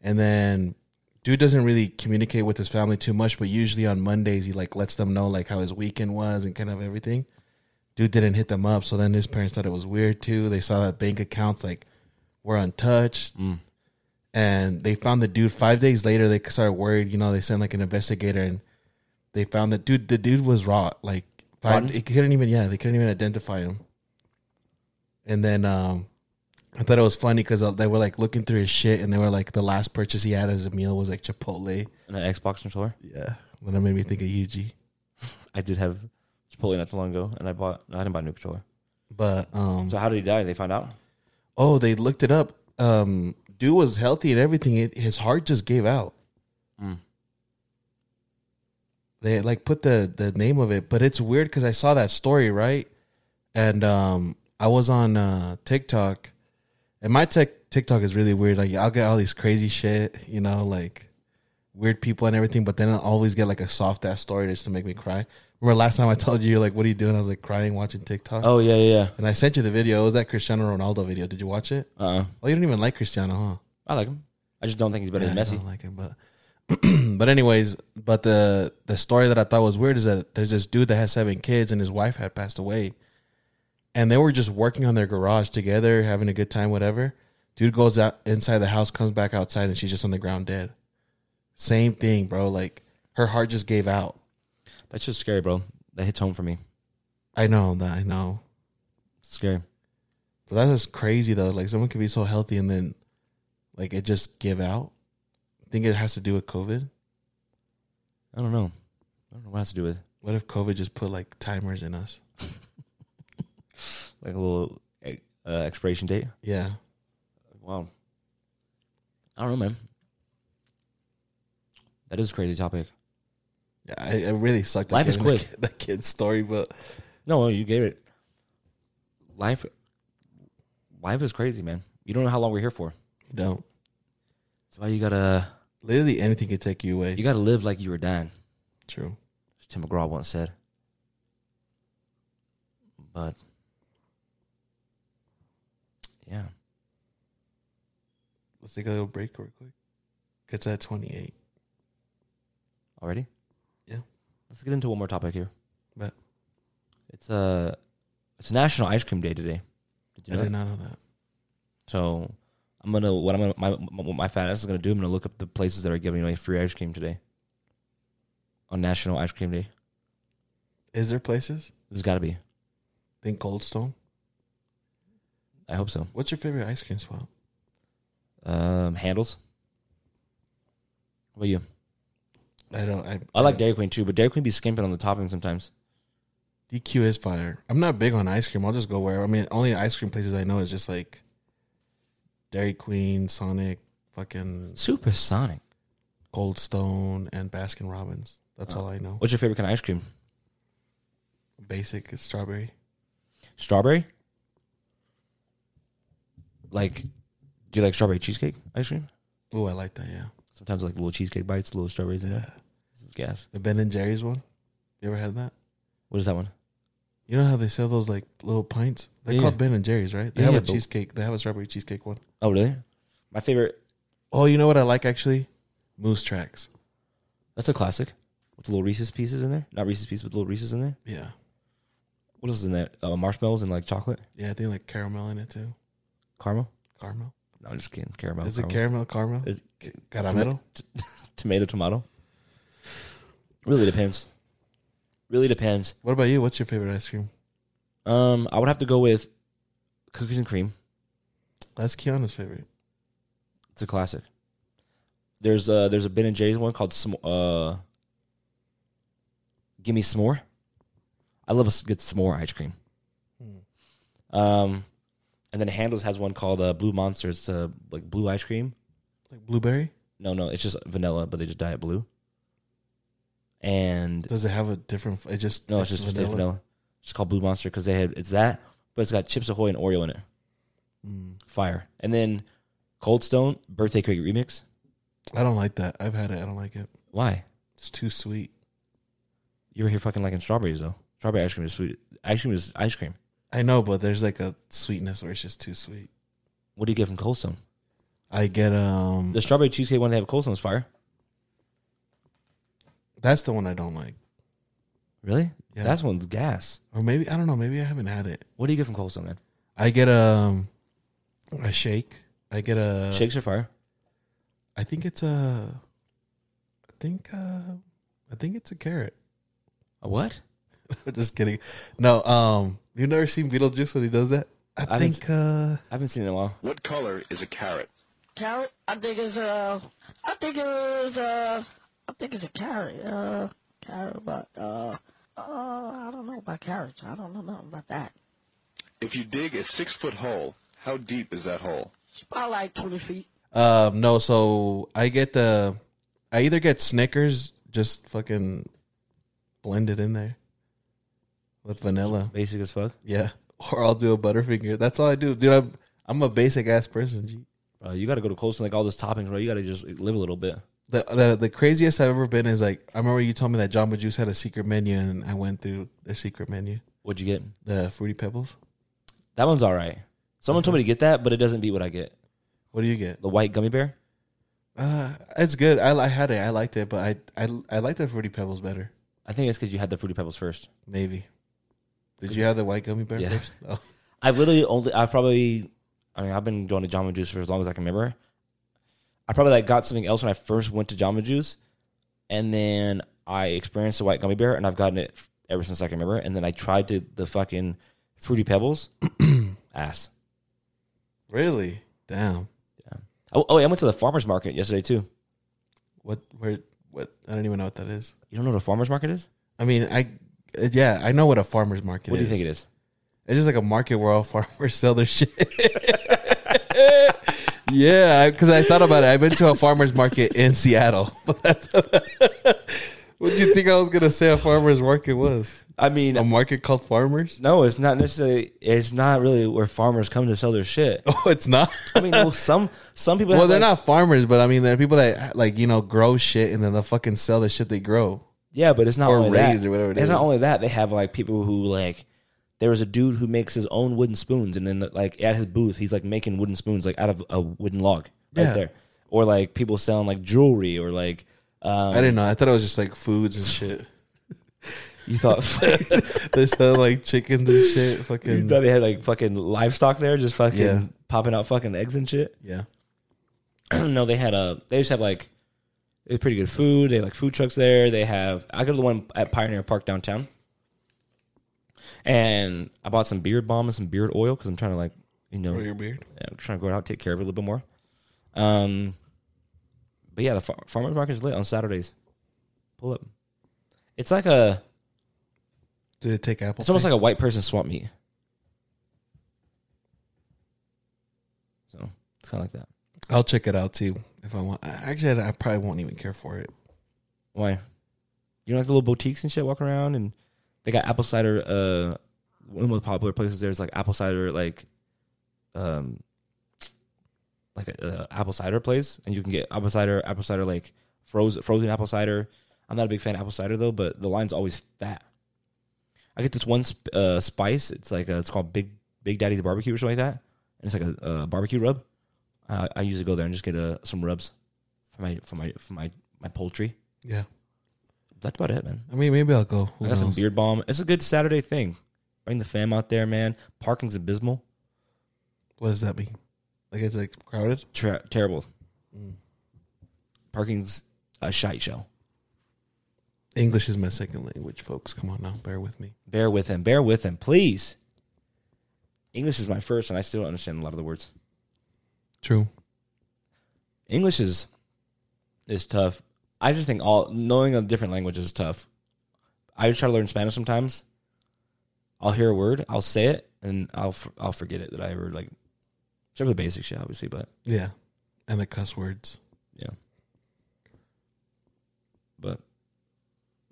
Speaker 2: And then dude doesn't really communicate with his family too much, but usually on Mondays he like lets them know like how his weekend was and kind of everything. Dude didn't hit them up, so then his parents thought it was weird too. They saw that bank accounts like were untouched. And they found the dude 5 days later they started worried, you know, they sent like an investigator and they found that dude the dude was rot like
Speaker 1: Rotten?
Speaker 2: five, it couldn't even yeah they couldn't even identify him and then um i thought it was funny because they were like looking through his shit and they were like the last purchase he had as a meal was like chipotle
Speaker 1: And an Xbox controller.
Speaker 2: yeah then it made me think of yuji
Speaker 1: I did have Chipotle not too long ago, and I bought. No, I didn't buy a new controller.
Speaker 2: but um
Speaker 1: So how did he die? Did they find out?
Speaker 2: oh they looked it up um dude was healthy and everything it, his heart just gave out they like put the the name of it but it's weird because i saw that story right and um i was on uh tiktok and my tech tiktok is really weird like i'll get all these crazy shit you know like weird people and everything but then i always get like a soft ass story just to make me cry remember last time i told you like what are you doing i was like crying watching tiktok
Speaker 1: Oh yeah, yeah.
Speaker 2: and i sent you the video it was that cristiano ronaldo video did you watch it
Speaker 1: yeah. Uh,
Speaker 2: oh you don't even like cristiano huh
Speaker 1: I like him. I just don't think he's better
Speaker 2: I
Speaker 1: than Messi.
Speaker 2: don't like him, but [CLEARS THROAT] but anyways, but the the story that I thought was weird is that there's this dude that has seven kids and his wife had passed away, and they were just working on their garage together, having a good time, whatever. Dude goes out inside the house, comes back outside, and she's just on the ground dead. Same thing, bro. Like her heart just gave out.
Speaker 1: That's just scary, bro. That hits home for me.
Speaker 2: I know that. I know.
Speaker 1: It's scary.
Speaker 2: But that's just crazy though. Like someone could be so healthy and then like it just give out. I think it has to do with COVID.
Speaker 1: I don't know. I don't know what it has to do with
Speaker 2: What if COVID just put like timers in us?
Speaker 1: like a little uh, expiration date.
Speaker 2: Yeah.
Speaker 1: Wow. I don't know, man. That is a crazy topic.
Speaker 2: Yeah, I, it really sucked.
Speaker 1: Life
Speaker 2: that
Speaker 1: is
Speaker 2: kid- [LAUGHS]
Speaker 1: quick.
Speaker 2: That, kid's story, but
Speaker 1: No, you gave it. Life, life is crazy, man. You don't know how long we're here for.
Speaker 2: you don't.
Speaker 1: That's why you gotta
Speaker 2: Literally anything could take you away.
Speaker 1: you gotta live like you were dying,
Speaker 2: True.
Speaker 1: as Tim McGraw once said. But yeah,
Speaker 2: Let's take a little break real quick. It's at 28.
Speaker 1: already.
Speaker 2: Yeah.
Speaker 1: let's get into one more topic here.
Speaker 2: Bet.
Speaker 1: It's uh, it's National Ice Cream Day today. Did you
Speaker 2: I
Speaker 1: know
Speaker 2: did
Speaker 1: that?
Speaker 2: not know that.
Speaker 1: So I'm gonna what I'm gonna my my- what my fat ass is gonna do. I'm gonna look up the places that are giving away free ice cream today on National Ice Cream Day.
Speaker 2: Is there places?
Speaker 1: There's got to be.
Speaker 2: Think Goldstone.
Speaker 1: I hope so.
Speaker 2: What's your favorite ice cream spot?
Speaker 1: Um, handles. What about you?
Speaker 2: I don't. I,
Speaker 1: I like Dairy Queen too, but Dairy Queen be skimping on the topping sometimes.
Speaker 2: DQ is fire. I'm not big on ice cream. I'll just go wherever. I mean, only ice cream places I know is just like Dairy Queen, Sonic, fucking
Speaker 1: Supersonic.
Speaker 2: Goldstone, and Baskin Robbins. That's all I know.
Speaker 1: What's your favorite kind of ice cream?
Speaker 2: Basic is strawberry.
Speaker 1: Strawberry. Like, do you like strawberry cheesecake ice cream?
Speaker 2: Oh, I like that. Yeah.
Speaker 1: Sometimes I like little cheesecake bites, little strawberries in there. This is gas.
Speaker 2: The Ben and Jerry's one. You ever had that?
Speaker 1: What is that one?
Speaker 2: You know how they sell those like little pints? They're
Speaker 1: Yeah.
Speaker 2: called Ben and Jerry's, right? They
Speaker 1: Yeah,
Speaker 2: have a
Speaker 1: but-
Speaker 2: cheesecake. They have a strawberry cheesecake one.
Speaker 1: Oh, really? My favorite.
Speaker 2: Oh, you know what I like actually? Moose tracks.
Speaker 1: That's a classic. With little Reese's pieces in there. Not Reese's pieces, but little Reese's in there.
Speaker 2: Yeah,
Speaker 1: What else is in that? Uh, marshmallows and like chocolate,
Speaker 2: yeah. I think like caramel in it too.
Speaker 1: caramel.
Speaker 2: Caramel.
Speaker 1: No, I'm just kidding. Caramel.
Speaker 2: Is
Speaker 1: caramel.
Speaker 2: it caramel? Caramel.
Speaker 1: Is-
Speaker 2: Caramel.
Speaker 1: tomato, tomato. Really depends. Really depends.
Speaker 2: What about you? What's your favorite ice cream?
Speaker 1: Um, I would have to go with cookies and cream.
Speaker 2: That's Kiana's favorite.
Speaker 1: It's a classic. There's a there's a Ben and Jerry's one called Sm- uh, Gimme S'more. I love a s- good s'more ice cream. Hmm. Um, and then Handles has one called uh, Blue Monster. It's uh, like blue ice cream.
Speaker 2: Like blueberry?
Speaker 1: No, no, it's just vanilla, but they just dye it blue. And
Speaker 2: Does it have a different? It just
Speaker 1: no, it's just it's vanilla. It's just called Blue Monster because they had it's that, but it's got Chips Ahoy and Oreo in it.
Speaker 2: Hmm.
Speaker 1: Fire. And then Cold Stone Birthday Cake Remix.
Speaker 2: I don't like that. I've had it. I don't like it.
Speaker 1: Why?
Speaker 2: It's too sweet.
Speaker 1: You were here fucking liking strawberries though. Strawberry ice cream is sweet. Ice cream is ice cream.
Speaker 2: I know, but there's like a sweetness where it's just too sweet.
Speaker 1: What do you get from Cold Stone?
Speaker 2: I get um.
Speaker 1: The strawberry cheesecake one they have at Cold Stone is fire.
Speaker 2: That's the one I don't like.
Speaker 1: Really?
Speaker 2: Yeah.
Speaker 1: That's one's gas.
Speaker 2: Or maybe I don't know. Maybe I haven't had it.
Speaker 1: What do you get from Cold Stone, man?
Speaker 2: I get um a shake. I get a.
Speaker 1: Shakes are fire.
Speaker 2: I think it's a. I think uh, I think it's a carrot.
Speaker 1: A what?
Speaker 2: Just kidding. No, um, you've never seen Beetlejuice when he does that. I,
Speaker 1: I haven't
Speaker 2: think uh,
Speaker 1: I haven't seen it in a while.
Speaker 3: What color is a carrot?
Speaker 4: carrot. I think it's uh, I think it's uh, I think it's a carrot. Uh, carrot, but uh, uh, I don't know about carrots. I don't know nothing about that.
Speaker 3: If you dig a six foot hole, how deep is that hole?
Speaker 4: It's about like twenty feet.
Speaker 2: um, no. So I get the, I either get Snickers just fucking blended in there with vanilla,
Speaker 1: Basic as fuck.
Speaker 2: yeah, [LAUGHS] or I'll do a Butterfinger. That's all I do, dude. I'm I'm a basic ass person. G.
Speaker 1: Bro, you gotta go to Cold Stone like all those toppings, bro. You gotta just live a little bit.
Speaker 2: The, the the craziest I've ever been is like I remember you told me that Jamba Juice had a secret menu and I went through their secret menu,
Speaker 1: What'd you get?
Speaker 2: the fruity pebbles.
Speaker 1: That one's all right. Someone told me to get that, but it doesn't beat what I get.
Speaker 2: What do you get?
Speaker 1: The white gummy bear.
Speaker 2: Uh, it's good. I, I had it. I liked it, but I I I like the fruity pebbles better.
Speaker 1: I think it's because you had the fruity pebbles first.
Speaker 2: Maybe. Did you have the white gummy bear
Speaker 1: Yeah.
Speaker 2: first? [LAUGHS] Oh.
Speaker 1: I've literally only I've probably I mean I've been going to Jamba Juice for as long as I can remember. I probably like got something else when I first went to Jamba Juice, and then I experienced the white gummy bear, and I've gotten it ever since I can remember. And then I tried to the fucking fruity pebbles, [CLEARS THROAT] ass.
Speaker 2: Really? Damn.
Speaker 1: Oh, oh, I went to the farmers market yesterday too.
Speaker 2: What? Where? What? I don't even know what that is.
Speaker 1: You don't know what a farmers market is?
Speaker 2: I mean, I uh, yeah, I know what a farmer's market.
Speaker 1: what do you
Speaker 2: is.
Speaker 1: think it is?
Speaker 2: It's just like a market where all [LAUGHS] farmers sell their shit. [LAUGHS] yeah, because I thought about it. I've been to a farmer's market in Seattle. [LAUGHS] what do you think I was gonna say a farmer's market was?
Speaker 1: I mean,
Speaker 2: A market called farmers? [LAUGHS]
Speaker 1: no, it's not necessarily. It's not really where farmers come to sell their [LAUGHS] shit.
Speaker 2: Oh, it's not.
Speaker 1: I mean, well, some some people.
Speaker 2: well,
Speaker 1: have, [LAUGHS]
Speaker 2: they're
Speaker 1: like-
Speaker 2: not farmers, but I mean, they're people that like you know grow shit and then they'll fucking sell the shit they grow.
Speaker 1: Yeah, but it's not
Speaker 2: Or
Speaker 1: only
Speaker 2: raised
Speaker 1: that.
Speaker 2: or whatever it
Speaker 1: it's not
Speaker 2: is.
Speaker 1: only that. They have like people who like. There was a dude who makes his own wooden spoons, and then like at his booth, he's like making wooden spoons like out of a wooden log right
Speaker 2: Yeah.
Speaker 1: there. Or like people selling like jewelry, or like um,
Speaker 2: I didn't know. I thought it was just like foods and shit. [LAUGHS]
Speaker 1: you thought [LAUGHS] you
Speaker 2: they're selling like chickens and shit. Fucking
Speaker 1: thought they had like fucking livestock there, just fucking
Speaker 2: Yeah.
Speaker 1: popping out fucking eggs and shit.
Speaker 2: yeah.
Speaker 1: [CLEARS THROAT] no, they had a. They just have like, they have pretty good food. They have like food trucks there. They have. I go to the one at Pioneer Park downtown, and I bought some beard balm and some beard oil because I'm trying to like, you know,
Speaker 2: Grow your beard.
Speaker 1: yeah, I'm trying to go out take care of it a little bit more. Um, but yeah, the far- farmers market is lit on Saturdays. Pull up. It's like a.
Speaker 2: Do they take apples?
Speaker 1: It's almost like a white person swap meet. So it's kind of like that.
Speaker 2: I'll check it out too if I want. I- Actually, I I probably won't even care for it.
Speaker 1: Why? You don't like the little boutiques and shit walking around, and they got apple cider. Uh, one of the most popular places there is like apple cider, like, um, like a, uh apple cider place, and you can get apple cider, apple cider like frozen frozen apple cider. I'm not a big fan of apple cider though, but the line's always fat. I get this one sp- uh, spice. It's like uh it's called Big Big Daddy's Barbecue or something like that, and it's like a, a barbecue rub. I, I usually go there and just get uh, some rubs for my for my for my my poultry
Speaker 2: Yeah.
Speaker 1: that's about it, man.
Speaker 2: I mean, maybe I'll go. Who
Speaker 1: I got some
Speaker 2: knows?
Speaker 1: beard balm. It's a good Saturday thing. Bring the fam out there, man. Parking's abysmal.
Speaker 2: What does that mean? Like it's like crowded.
Speaker 1: Tra-
Speaker 2: Mm.
Speaker 1: terrible. Parking's a shite show.
Speaker 2: English is my second language, folks. Come on now, bear with me.
Speaker 1: Bear with him. Bear with him, please. English is my first, and I still don't understand a lot of the words.
Speaker 2: True.
Speaker 1: English is is tough. I just think all knowing a different language is tough. I try to learn Spanish sometimes. I'll hear a word, I'll say it, and I'll f- I'll forget it that I ever like. Except for the basic shit, obviously, but
Speaker 2: Yeah, and the cuss words.
Speaker 1: yeah. But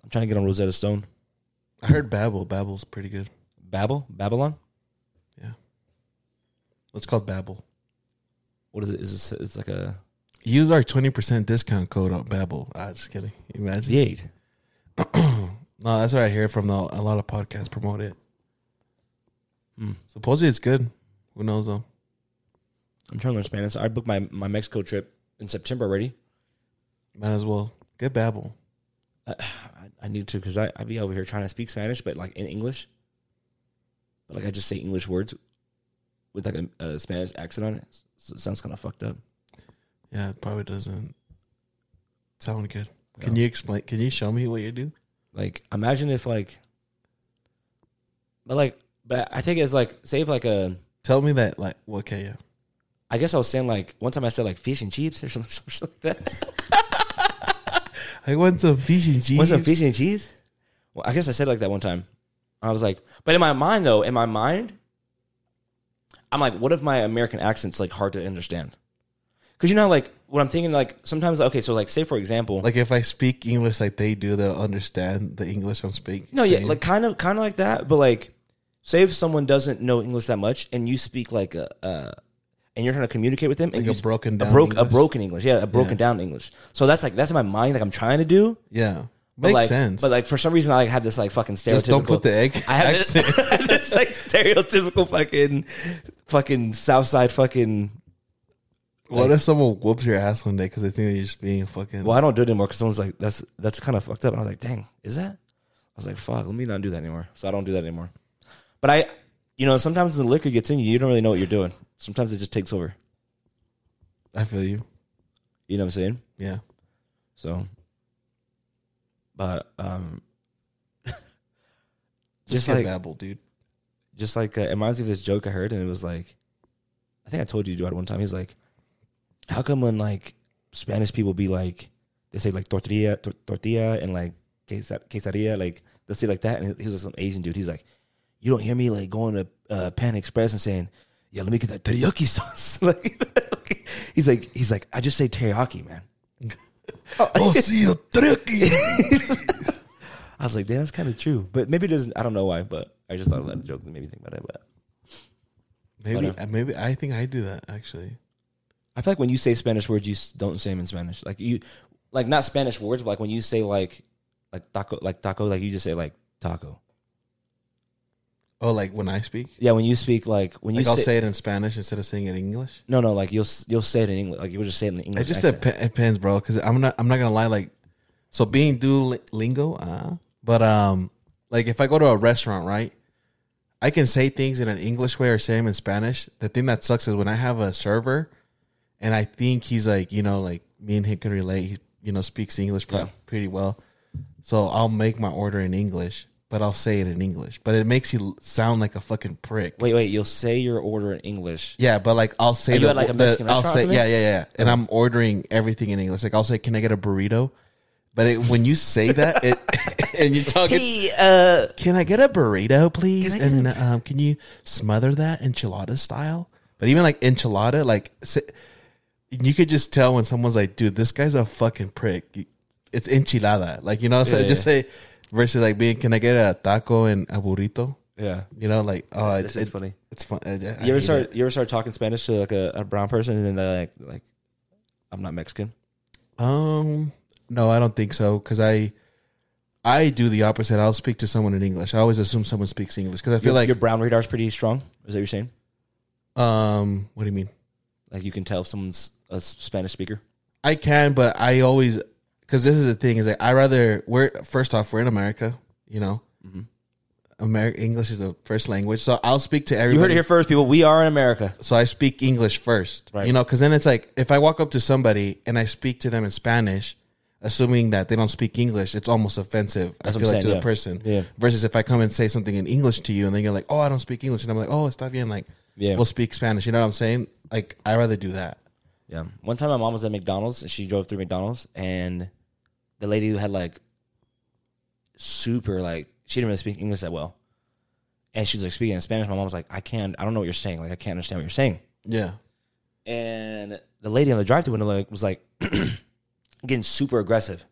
Speaker 1: I'm trying to get on Rosetta Stone.
Speaker 2: I heard Babel. Babel's pretty good.
Speaker 1: Babel, Babylon.
Speaker 2: Yeah. It's called Babel.
Speaker 1: What is it? Is it? It's like a
Speaker 2: Use our twenty percent discount code on Babel. Ah, just kidding. Imagine.
Speaker 1: the eight.
Speaker 2: No, that's what I hear from the, a lot of podcasts promote it. Hmm. Supposedly it's good. Who knows though?
Speaker 1: I'm trying to learn Spanish. I booked my my Mexico trip in September already.
Speaker 2: Might as well get Babel.
Speaker 1: I, [SIGHS] I need to because I I be over here trying to speak Spanish, but like in English. But like I just say English words with like a, a Spanish accent on it. So it sounds kind of fucked up.
Speaker 2: Yeah, it probably doesn't sound good. Can you explain? Can you show me what you do?
Speaker 1: Like imagine if like, but like but I think it's like say if like a
Speaker 2: Tell me that. Like, well, okay, yeah.
Speaker 1: I guess I was saying like one time I said like fish and chips or [LAUGHS] something, something like that.
Speaker 2: I want some fish and cheese.
Speaker 1: What's up, fish and cheese? Well, I guess I said it like that one time. I was like, but in my mind though, in my mind, I'm like, what if my American accent's like hard to understand? Because you know, like what I'm thinking, like sometimes, okay, so like say for example,
Speaker 2: Like if I speak English like they do, they'll understand the English I'm speaking.
Speaker 1: no, yeah, like kind of, kind of like that, but like, say if someone doesn't know English that much and you speak like a, uh, and you're trying to communicate with them, and
Speaker 2: Like
Speaker 1: you
Speaker 2: a
Speaker 1: sp-
Speaker 2: broken down
Speaker 1: a, broke, a
Speaker 2: English?
Speaker 1: broken English, yeah, a broken down English. So that's like that's in my mind, like I'm trying to do,
Speaker 2: yeah,
Speaker 1: But
Speaker 2: makes
Speaker 1: like,
Speaker 2: sense.
Speaker 1: But like for some reason, I like have this like fucking stereotypical.
Speaker 2: Just don't put the egg
Speaker 1: [LAUGHS] I
Speaker 2: [LAUGHS]
Speaker 1: have this, this like stereotypical fucking fucking South Side fucking.
Speaker 2: what if someone whoops your ass one day because they think that you're just being a fucking?
Speaker 1: Well, I don't do it anymore because someone's like, "That's that's kind of fucked up," and I was like, "Dang, is that?" I was like, "Fuck, let me not do that anymore." So I don't do that anymore. But I, you know, sometimes the liquor gets in you. You don't really know what you're doing. Sometimes it just takes over.
Speaker 2: I feel you.
Speaker 1: You know what I'm saying?
Speaker 2: Yeah,
Speaker 1: So, but um, [LAUGHS]
Speaker 2: just,
Speaker 1: Just
Speaker 2: get
Speaker 1: like-
Speaker 2: babble, dude.
Speaker 1: just like uh, it reminds me of this joke I heard, and it was like, I think I told you about it one time. He's like, how come when like Spanish people be like, they say like tortilla, tor- tortilla, and like quesa- quesadilla, like they'll say like that, and he was like, some Asian dude. He's like, you don't hear me like going to uh, Pan Express and saying, yeah, let me get that teriyaki [LAUGHS] sauce. like, he's like, he's like, I just say teriyaki, man.
Speaker 2: [LAUGHS] oh, see you tricky.
Speaker 1: [LAUGHS] I was like, damn, that's kind of true, but maybe it doesn't. I don't know why, but I just thought of that joke that made me think about it. But
Speaker 2: Maybe, maybe I think I do that actually.
Speaker 1: I feel like when you say Spanish words, you s- don't say them in Spanish. Like you, like not Spanish words, but like when you say like, like taco, like taco, like you just say like taco.
Speaker 2: Oh, like when I speak,
Speaker 1: Yeah, when you speak like when you
Speaker 2: like I'll
Speaker 1: say,
Speaker 2: say it in Spanish instead of saying it in English.
Speaker 1: no, no, like you'll s- you'll say it in English, like you would just say it in English.
Speaker 2: It just
Speaker 1: accent.
Speaker 2: dep- depends, bro. Because I'm not, I'm not gonna lie. Like, so being Duolingo, uh, but um, like if I go to a restaurant, right, I can say things in an English way or say them in Spanish. The thing that sucks is when I have a server, and I think he's like, you know, like me and him can relate. He, you know, speaks English pro- pretty well, so I'll make my order in English, but I'll say it in English. But it makes you l- sound like a fucking prick.
Speaker 1: wait, wait, you'll say your order in English.
Speaker 2: Yeah, but like I'll say
Speaker 1: Are you
Speaker 2: the-
Speaker 1: at, like, a Mexican
Speaker 2: the, I'll
Speaker 1: restaurant or
Speaker 2: say
Speaker 1: something? Oh.
Speaker 2: yeah, yeah, yeah, and I'm ordering everything in English. Like I'll say, "Can I get a burrito?" But it, when you say that, it, [LAUGHS] and you talk, it,
Speaker 1: Hey, uh,
Speaker 2: "Can I get a burrito, please?"
Speaker 1: Can I get
Speaker 2: and um, can you smother that enchilada style? But even like enchilada, like s- you could just tell when someone's like, "Dude, this guy's a fucking prick." It's enchilada, like you know. So
Speaker 1: Yeah,
Speaker 2: just
Speaker 1: yeah.
Speaker 2: say versus like being, "Can I get a taco and a burrito?"
Speaker 1: yeah.
Speaker 2: You know, like oh, it's,
Speaker 1: shit's
Speaker 2: it-
Speaker 1: funny.
Speaker 2: It's fun. I- I- I
Speaker 1: You ever
Speaker 2: hate
Speaker 1: start?
Speaker 2: it.
Speaker 1: You ever start talking Spanish to like a, a brown person, and then they're like, like, I'm not Mexican.
Speaker 2: Um, no, I don't think so. Cause I, I do the opposite. I'll speak to someone in English. I always assume someone speaks English. Cause I feel
Speaker 1: your,
Speaker 2: like,
Speaker 1: your brown radar's pretty strong. Is that what you're saying?
Speaker 2: um, what do you mean?
Speaker 1: Like you can tell if someone's a s- Spanish speaker.
Speaker 2: I can, but I always, cause this is the thing is like, I rather, we're, first off, we're in America, you know, America, English is the first language. So I'll speak to everybody.
Speaker 1: Mm-hmm. You heard it here first, people. We are in America.
Speaker 2: so I speak English first,
Speaker 1: Right.
Speaker 2: you know, because then it's like if I walk up to somebody and I speak to them in Spanish, assuming that they don't speak English, it's almost offensive.
Speaker 1: That's
Speaker 2: I
Speaker 1: what
Speaker 2: feel
Speaker 1: I'm
Speaker 2: like to
Speaker 1: saying,
Speaker 2: the
Speaker 1: yeah.
Speaker 2: person.
Speaker 1: Yeah.
Speaker 2: Versus if I come and say something in English to you, and then you're like, "Oh, I don't speak English," and I'm like, "Oh, está bien." Like,
Speaker 1: Yeah.
Speaker 2: we'll speak Spanish. You know what I'm saying? Like, I would rather do that.
Speaker 1: Yeah. One time my mom was at McDonald's and she drove through McDonald's and the lady who had like super like she didn't really speak English that well. And she was like speaking in Spanish. My mom was like, I can't I don't know what you're saying. Like I can't understand what you're saying.
Speaker 2: Yeah.
Speaker 1: And the lady on the drive through window like [CLEARS THROAT] was like getting super aggressive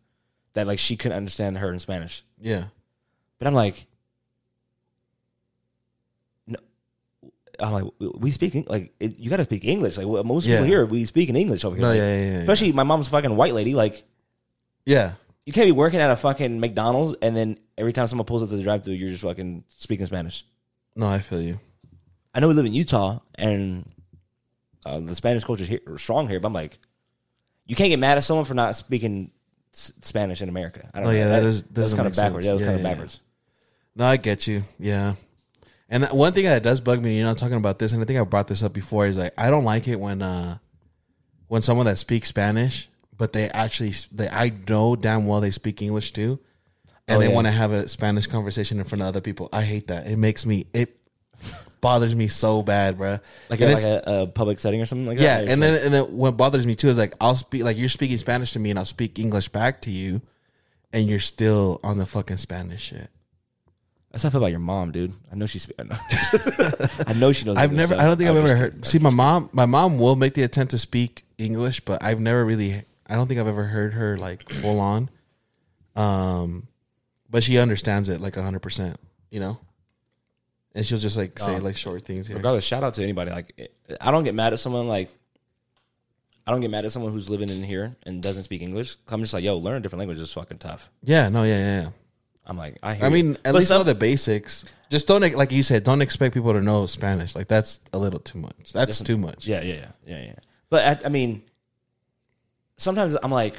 Speaker 1: that like she couldn't understand her in Spanish.
Speaker 2: Yeah.
Speaker 1: But I'm like, no, I'm like, we- we speak Eng- like it, you got to speak English. Like well, most
Speaker 2: Yeah.
Speaker 1: people here, we speak in English over here.
Speaker 2: No,
Speaker 1: Like,
Speaker 2: yeah, yeah, yeah, yeah.
Speaker 1: Especially my mom's a fucking white lady. Like
Speaker 2: Yeah.
Speaker 1: you can't be working at a fucking McDonald's and then every time someone pulls up to the drive-through, you're just fucking speaking Spanish.
Speaker 2: No, I feel you.
Speaker 1: I know we live in Utah and uh, the Spanish culture is here, strong here, but I'm like, you can't get mad at someone for not speaking S- Spanish in America. I don't
Speaker 2: Oh,
Speaker 1: know.
Speaker 2: yeah, that is-
Speaker 1: that's
Speaker 2: doesn't
Speaker 1: kind
Speaker 2: make
Speaker 1: of backwards.
Speaker 2: sense.
Speaker 1: That was
Speaker 2: Yeah,
Speaker 1: kind of
Speaker 2: yeah, yeah.
Speaker 1: backwards.
Speaker 2: No, I get you. Yeah. And that- one thing that does bug me, you know, talking about this, and I think I brought this up before, is like I don't like it when uh when someone that speaks Spanish, but they actually they I know damn well they speak English too, and
Speaker 1: Oh,
Speaker 2: they
Speaker 1: yeah.
Speaker 2: want to have a Spanish conversation in front of other people. I hate that. It makes me it bothers me so bad, bruh.
Speaker 1: Like,
Speaker 2: And
Speaker 1: a,
Speaker 2: it's-
Speaker 1: like a, a public setting or something like
Speaker 2: yeah,
Speaker 1: that.
Speaker 2: and then and then what bothers me too is like I'll speak like you're speaking Spanish to me and I'll speak English back to you, and you're still on the fucking Spanish shit.
Speaker 1: That's how I feel about your mom, dude. I know she's. [LAUGHS] I know, I know she knows.
Speaker 2: I've
Speaker 1: English,
Speaker 2: never.
Speaker 1: so
Speaker 2: I don't think I've
Speaker 1: would
Speaker 2: ever
Speaker 1: just-
Speaker 2: heard. See, my mom. My mom will make the attempt to speak English, but I've never really. I don't think I've ever heard her like full on. Um, but she understands it like hundred percent. You know, and she'll just like say like short things here.
Speaker 1: Regardless, shout out to anybody. Like, I don't get mad at someone. Like, I don't get mad at someone who's living in here and doesn't speak English. I'm just like, yo, learn a different language is fucking tough.
Speaker 2: Yeah. No. Yeah. Yeah. yeah.
Speaker 1: I'm like, I. Hear
Speaker 2: I
Speaker 1: you.
Speaker 2: mean, at
Speaker 1: But
Speaker 2: least
Speaker 1: some-
Speaker 2: know the basics. Just don't ex- like you said. Don't expect people to know Spanish. Like that's a little too much. That's too much.
Speaker 1: Yeah, yeah, yeah, yeah, yeah. But I, I mean, sometimes I'm like,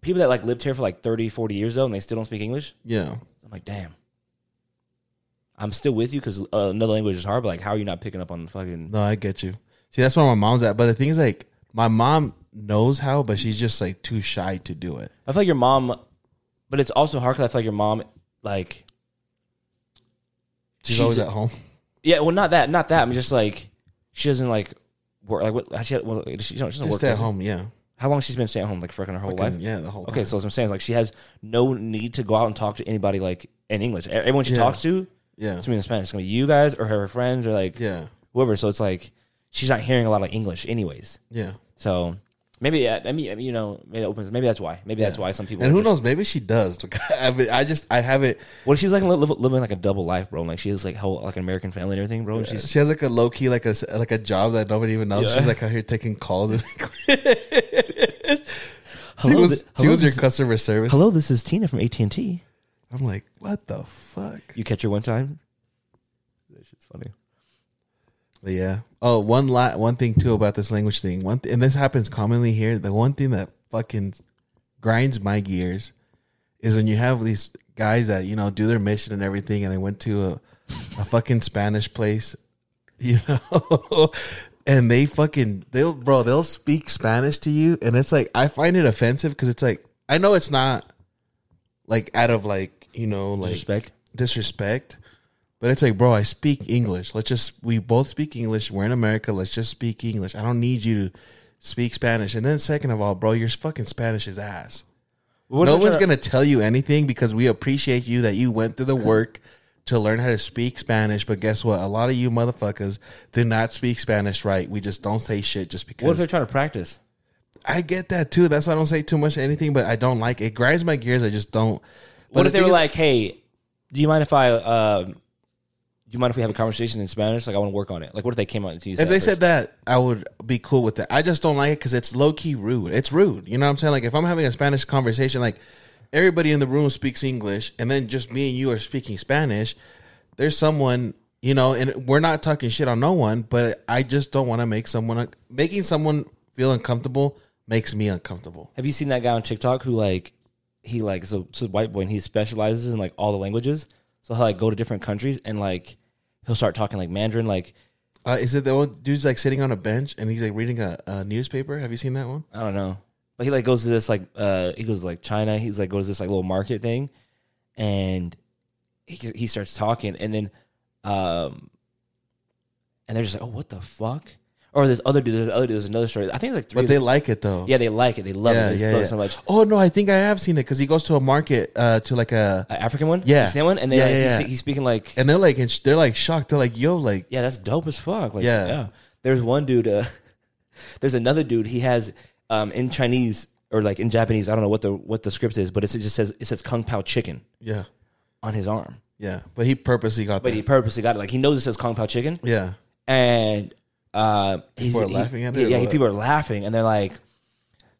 Speaker 1: people that like lived here for like 30, 40 years though, and they still don't speak English.
Speaker 2: Yeah.
Speaker 1: I'm like, damn. I'm still with you because uh, another language is hard. But like, how are you not picking up on fucking?
Speaker 2: No, I get you. See, that's where my mom's at. But the thing is, like, my mom knows how, but she's just like too shy to do it.
Speaker 1: I feel like your mom, but it's also hard because I feel like your mom, like,
Speaker 2: She's,
Speaker 1: She's-
Speaker 2: always at home.
Speaker 1: yeah, well, not that, not that. I'm just like, she doesn't like work. Like, what? She, well, she, you know, she doesn't
Speaker 2: Just
Speaker 1: work.
Speaker 2: stay at
Speaker 1: does she?
Speaker 2: home. Yeah.
Speaker 1: How long she's been staying at home? Like, fucking her whole life.
Speaker 2: Fucking- Yeah, the whole time.
Speaker 1: Okay, so as I'm saying, is, like, she has no need to go out and talk to anybody like in English. E- Everyone she
Speaker 2: Yeah.
Speaker 1: talks to,
Speaker 2: yeah.
Speaker 1: it's gonna be in Spanish. It's gonna be you guys or her friends or like
Speaker 2: Yeah.
Speaker 1: whoever. So it's like she's not hearing a lot of English, anyways.
Speaker 2: Yeah.
Speaker 1: So maybe uh, I mean you know maybe it opens. Maybe that's why. Maybe that's why some people.
Speaker 2: And
Speaker 1: are
Speaker 2: who
Speaker 1: just-
Speaker 2: knows? Maybe she does. [LAUGHS] I mean, I just, I have it.
Speaker 1: What if she's like li- li- living like a double life, bro? Like she has like whole like an American family and everything, bro. And she's
Speaker 2: She has like a low key, like a s- like a job that nobody even knows.
Speaker 1: Yeah.
Speaker 2: She's like out here taking calls. [LAUGHS] she
Speaker 1: hello,
Speaker 2: was,
Speaker 1: thi-
Speaker 2: she
Speaker 1: hello,
Speaker 2: was your
Speaker 1: this-
Speaker 2: customer service.
Speaker 1: hello, this is Tina from AT and T.
Speaker 2: I'm like, what the fuck?
Speaker 1: You catch her one time. That shit's funny.
Speaker 2: But yeah. Oh, one lot, one thing too about this language thing. One, th- and this happens commonly here. The one thing that fucking grinds my gears is when you have these guys that you know do their mission and everything, and they went to a, a fucking Spanish place, [LAUGHS] you know, and they fucking they'll bro they'll speak Spanish to you, and it's like I find it offensive because it's like I know it's not like out of like you know like
Speaker 1: Respect.
Speaker 2: disrespect. But it's like, bro, I speak English. Let's just we both speak English. We're in America. Let's just speak English. I don't need you to speak Spanish. And then second of all, bro, your fucking Spanish is ass.
Speaker 1: What
Speaker 2: no
Speaker 1: if I
Speaker 2: one's
Speaker 1: try to-
Speaker 2: gonna tell you anything because we appreciate you that you went through the work to learn how to speak Spanish. But guess what? A lot of you motherfuckers did not speak Spanish right. We just don't say shit just
Speaker 1: What if
Speaker 2: because.
Speaker 1: they're trying to practice?
Speaker 2: I get that too. That's why I don't say too much to anything. But I don't like it. Grinds my gears. I just don't.
Speaker 1: What if
Speaker 2: But the
Speaker 1: they
Speaker 2: thing
Speaker 1: were
Speaker 2: is-
Speaker 1: like, "Hey, do you mind if I? Uh, do you mind if we have a conversation in Spanish? Like, I want to work on it." Like, what if they came out to you?
Speaker 2: If they said that, I would be cool with that. I just don't like it because it's low key rude. It's rude. You know what I'm saying? Like if I'm having a Spanish conversation, like everybody in the room speaks English, and then just me and you are speaking Spanish. There's someone, you know, and we're not talking shit on no one, but I just don't want to make someone making someone feel uncomfortable makes me uncomfortable.
Speaker 1: Have you seen that guy on TikTok who like he like so so white boy and he specializes in like all the languages. So he'll like go to different countries and like he'll start talking like Mandarin. Like
Speaker 2: Uh, is it the one dude's like sitting on a bench and he's like reading a, a newspaper? Have you seen that one?
Speaker 1: I don't know. But he like goes to this like uh he goes to like China. He's like goes to this like little market thing, and he he starts talking, and then um, and they're just like, oh, what the fuck? Or this other dude, there's other dude, there's another story. I think it's like three.
Speaker 2: But
Speaker 1: of
Speaker 2: they
Speaker 1: them.
Speaker 2: like it though.
Speaker 1: yeah, they like it. They love
Speaker 2: yeah,
Speaker 1: it. They
Speaker 2: yeah,
Speaker 1: love
Speaker 2: yeah.
Speaker 1: it so much.
Speaker 2: Oh no, I think I have seen it because he goes to a market uh, to like a,
Speaker 1: Uh, African one,
Speaker 2: Yeah.
Speaker 1: You seen that one, and they
Speaker 2: Yeah,
Speaker 1: like,
Speaker 2: yeah,
Speaker 1: he's-
Speaker 2: yeah.
Speaker 1: He's, speaking like,
Speaker 2: and they're like in sh- they're like shocked. They're like, yo, like
Speaker 1: yeah, that's dope as fuck. Like, yeah,
Speaker 2: Yeah.
Speaker 1: there's one dude. Uh, [LAUGHS] there's another dude. He has um in Chinese or like in Japanese. I don't know what the what the script is, but it's, it just says it says Kung Pao Chicken
Speaker 2: yeah,
Speaker 1: on his arm.
Speaker 2: yeah. But he purposely got
Speaker 1: But he
Speaker 2: that.
Speaker 1: purposely got it. Like he knows it says Kung Pao Chicken,
Speaker 2: yeah,
Speaker 1: and uh, he's,
Speaker 2: People are
Speaker 1: he-
Speaker 2: laughing at it
Speaker 1: Yeah,
Speaker 2: or
Speaker 1: yeah, he-
Speaker 2: what?
Speaker 1: people are laughing, and they're like,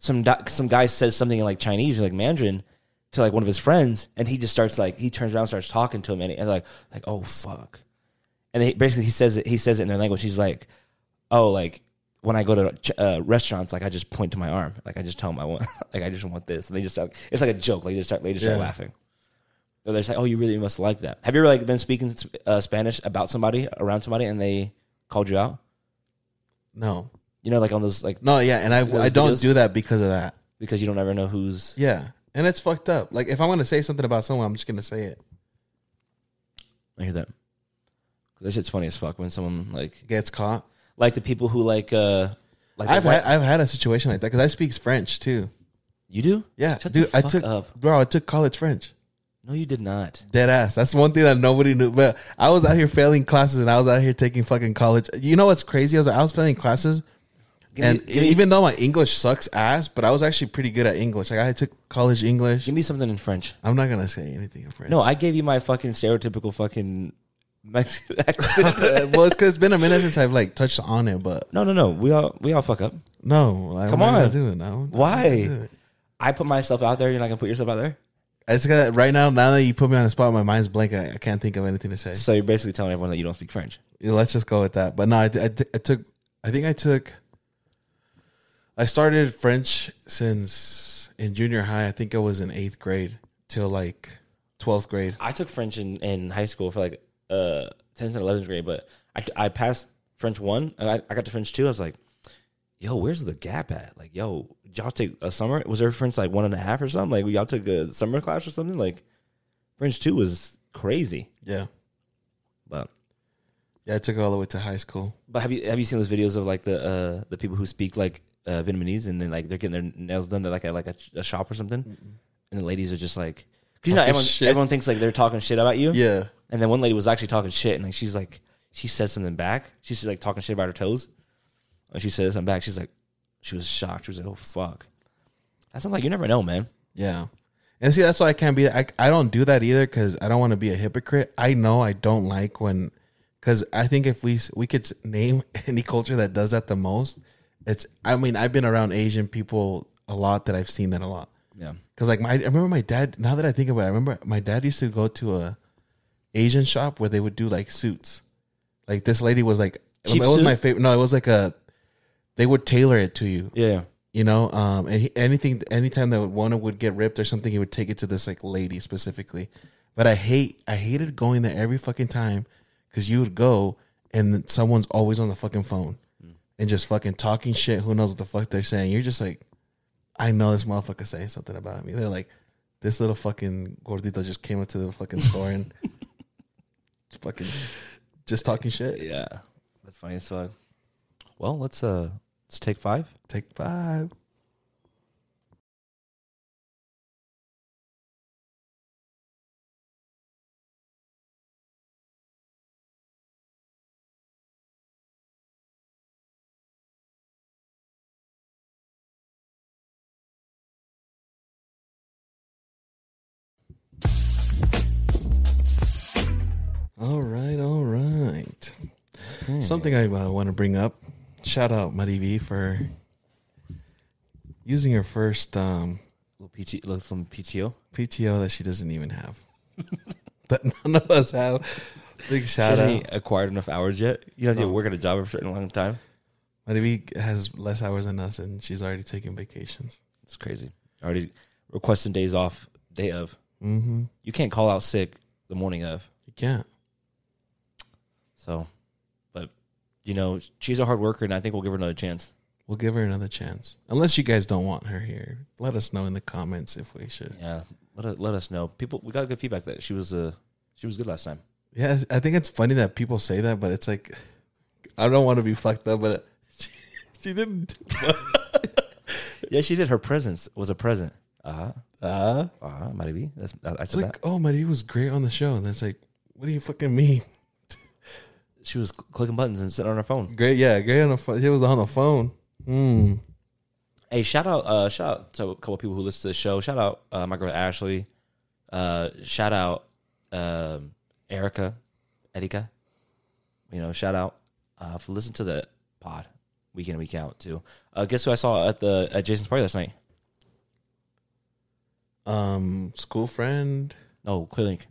Speaker 1: some doc, some guy says something in like Chinese or like Mandarin to like one of his friends, and he just starts like he turns around, and starts talking to him, and, and like like oh fuck, and they, basically he says it he says it in their language. He's like, oh like when I go to ch- uh, restaurants, like I just point to my arm, like I just tell them I want [LAUGHS] like I just want this, and they just like it's like a joke, like they just start they just start
Speaker 2: Yeah.
Speaker 1: laughing. They're just like, oh, you really must like that. Have you ever like been speaking uh, Spanish about somebody around somebody, and they called you out?
Speaker 2: no,
Speaker 1: You know, like on those like
Speaker 2: no, yeah. And I
Speaker 1: Those
Speaker 2: I don't
Speaker 1: videos?
Speaker 2: do that because of that.
Speaker 1: because you don't ever know who's
Speaker 2: Yeah, and it's fucked up. Like if I'm gonna say something about someone, I'm just gonna say it.
Speaker 1: I hear that. That shit's funny as fuck when someone like
Speaker 2: It Gets caught.
Speaker 1: like the people who like uh like the
Speaker 2: I've
Speaker 1: white-
Speaker 2: had, I've had a situation like that because I speak French too.
Speaker 1: you do
Speaker 2: Yeah,
Speaker 1: Shut the
Speaker 2: dude, I
Speaker 1: fuck
Speaker 2: took
Speaker 1: up.
Speaker 2: bro, I took college French.
Speaker 1: no you did not
Speaker 2: Dead ass. That's one thing that nobody knew. But I was out here failing classes, and I was out here taking fucking college. You know what's crazy? I was I was failing classes,
Speaker 1: Give
Speaker 2: and
Speaker 1: me, give, me,
Speaker 2: even though my English sucks ass, but I was actually pretty good at English. Like I took college English.
Speaker 1: give me something in French
Speaker 2: I'm not gonna say anything in French.
Speaker 1: no I gave you my fucking stereotypical fucking Mexican [LAUGHS] accent
Speaker 2: Uh, well, it's because it's been a minute since I've like touched on it, but
Speaker 1: no no no we all we all fuck up
Speaker 2: no, I,
Speaker 1: Come
Speaker 2: I'm not gonna
Speaker 1: on.
Speaker 2: do it now.
Speaker 1: why I put myself out there you're not gonna put yourself out there
Speaker 2: It's got right now. Now that you put me on the spot, my mind's blank. I, I can't think of anything to say.
Speaker 1: so you're basically telling everyone that you don't speak French
Speaker 2: Yeah, let's just go with that. But no, I, I, I took. I think I took. I started French since in junior high. I think I was in eighth grade till like twelfth grade.
Speaker 1: I took French in, in high school for like uh 10th and 11th grade, but I, I passed French one and I, I got to French two. I was like, yo, where's the gap at? Like, yo, did y'all take a summer? Was there French like one and a half or something? Like, y'all took a summer class or something? Like, French two was crazy.
Speaker 2: Yeah,
Speaker 1: But
Speaker 2: yeah. I took it all the way to high school.
Speaker 1: but have you have you seen those videos of like the uh the people who speak like uh, Vietnamese and then like they're getting their nails done? They're like at like a, a shop or something, and the ladies are just like, because you know
Speaker 2: Talking
Speaker 1: everyone
Speaker 2: shit.
Speaker 1: everyone thinks like they're talking shit about you.
Speaker 2: Yeah,
Speaker 1: And then one lady was actually talking shit, and like she's like, she says something back. She's like talking shit about her toes, and she says something back. She's like, she was shocked. She was like, oh fuck. That's not like you never know, man.
Speaker 2: yeah. And see, that's why I can't be. I I don't do that either because I don't want to be a hypocrite. I know I don't like when, because I think if we s- we could s- name [LAUGHS] any culture that does that the most, it's. I mean, I've been around Asian people a lot that I've seen that a lot.
Speaker 1: Yeah,
Speaker 2: Cause like my, I remember my dad. Now that I think about it, I remember my dad used to go to a Asian shop where they would do like suits. Like this lady was like,
Speaker 1: Cheap
Speaker 2: it was
Speaker 1: suit?
Speaker 2: my favorite. No, it was like a, they would tailor it to you.
Speaker 1: yeah.
Speaker 2: You know, um, and he, anything, anytime that one would get ripped or something, he would take it to this like lady specifically. But I hate, I hated going there every fucking time because you would go and then someone's always on the fucking phone and just fucking talking shit. Who knows what the fuck they're saying? You're just like, I know this motherfucker saying something about me. They're like, this little fucking gordito just came up to the fucking store and fucking just talking shit.
Speaker 1: Yeah, that's funny as fuck. Well, let's uh, let's take five.
Speaker 2: Take five. All right, all right. Something I uh, want to bring up. Shout out Muddy V for using her first um,
Speaker 1: Little PT, little some PTO.
Speaker 2: PTO that she doesn't even have. [LAUGHS] that none of us have. Big
Speaker 1: She
Speaker 2: shout
Speaker 1: hasn't
Speaker 2: out.
Speaker 1: acquired enough hours yet. You know, you
Speaker 2: No.
Speaker 1: work at a job for a certain long time.
Speaker 2: Muddy V has less hours than us, and she's already taking vacations.
Speaker 1: It's crazy. Already requesting days off, day of.
Speaker 2: Mm-hmm.
Speaker 1: You can't call out sick the morning of.
Speaker 2: You can't.
Speaker 1: So, but you know, she's a hard worker, and I think we'll give her another chance.
Speaker 2: We'll give her another chance. Unless you guys don't want her here, let us know in the comments if we should.
Speaker 1: Yeah, let us, let us know. People, we got good feedback that she was uh she was good last time.
Speaker 2: Yeah, I think it's funny that people say that, but it's like I don't want to be fucked up, but [LAUGHS] she, she didn't.
Speaker 1: Yeah, she did. Her presence was a present. Uh huh.
Speaker 2: Uh,
Speaker 1: Uh huh. Might be. That's I, I
Speaker 2: it's
Speaker 1: said
Speaker 2: like, oh, Marie was great on the show, and that's like, what do you fucking mean?
Speaker 1: that. She was cl- clicking buttons and sitting on her phone.
Speaker 2: Great, yeah, great on the phone. She was on the phone. Hmm.
Speaker 1: Hey, shout out, uh, shout out to a couple people who listen to the show. Shout out uh, my girl Ashley. Uh, shout out um, Erica, Erika. You know, shout out uh, for listening to the pod week in and week out too. Uh, guess who I saw at the at Jason's party last night?
Speaker 2: Um, school friend,
Speaker 1: No, Clearlink,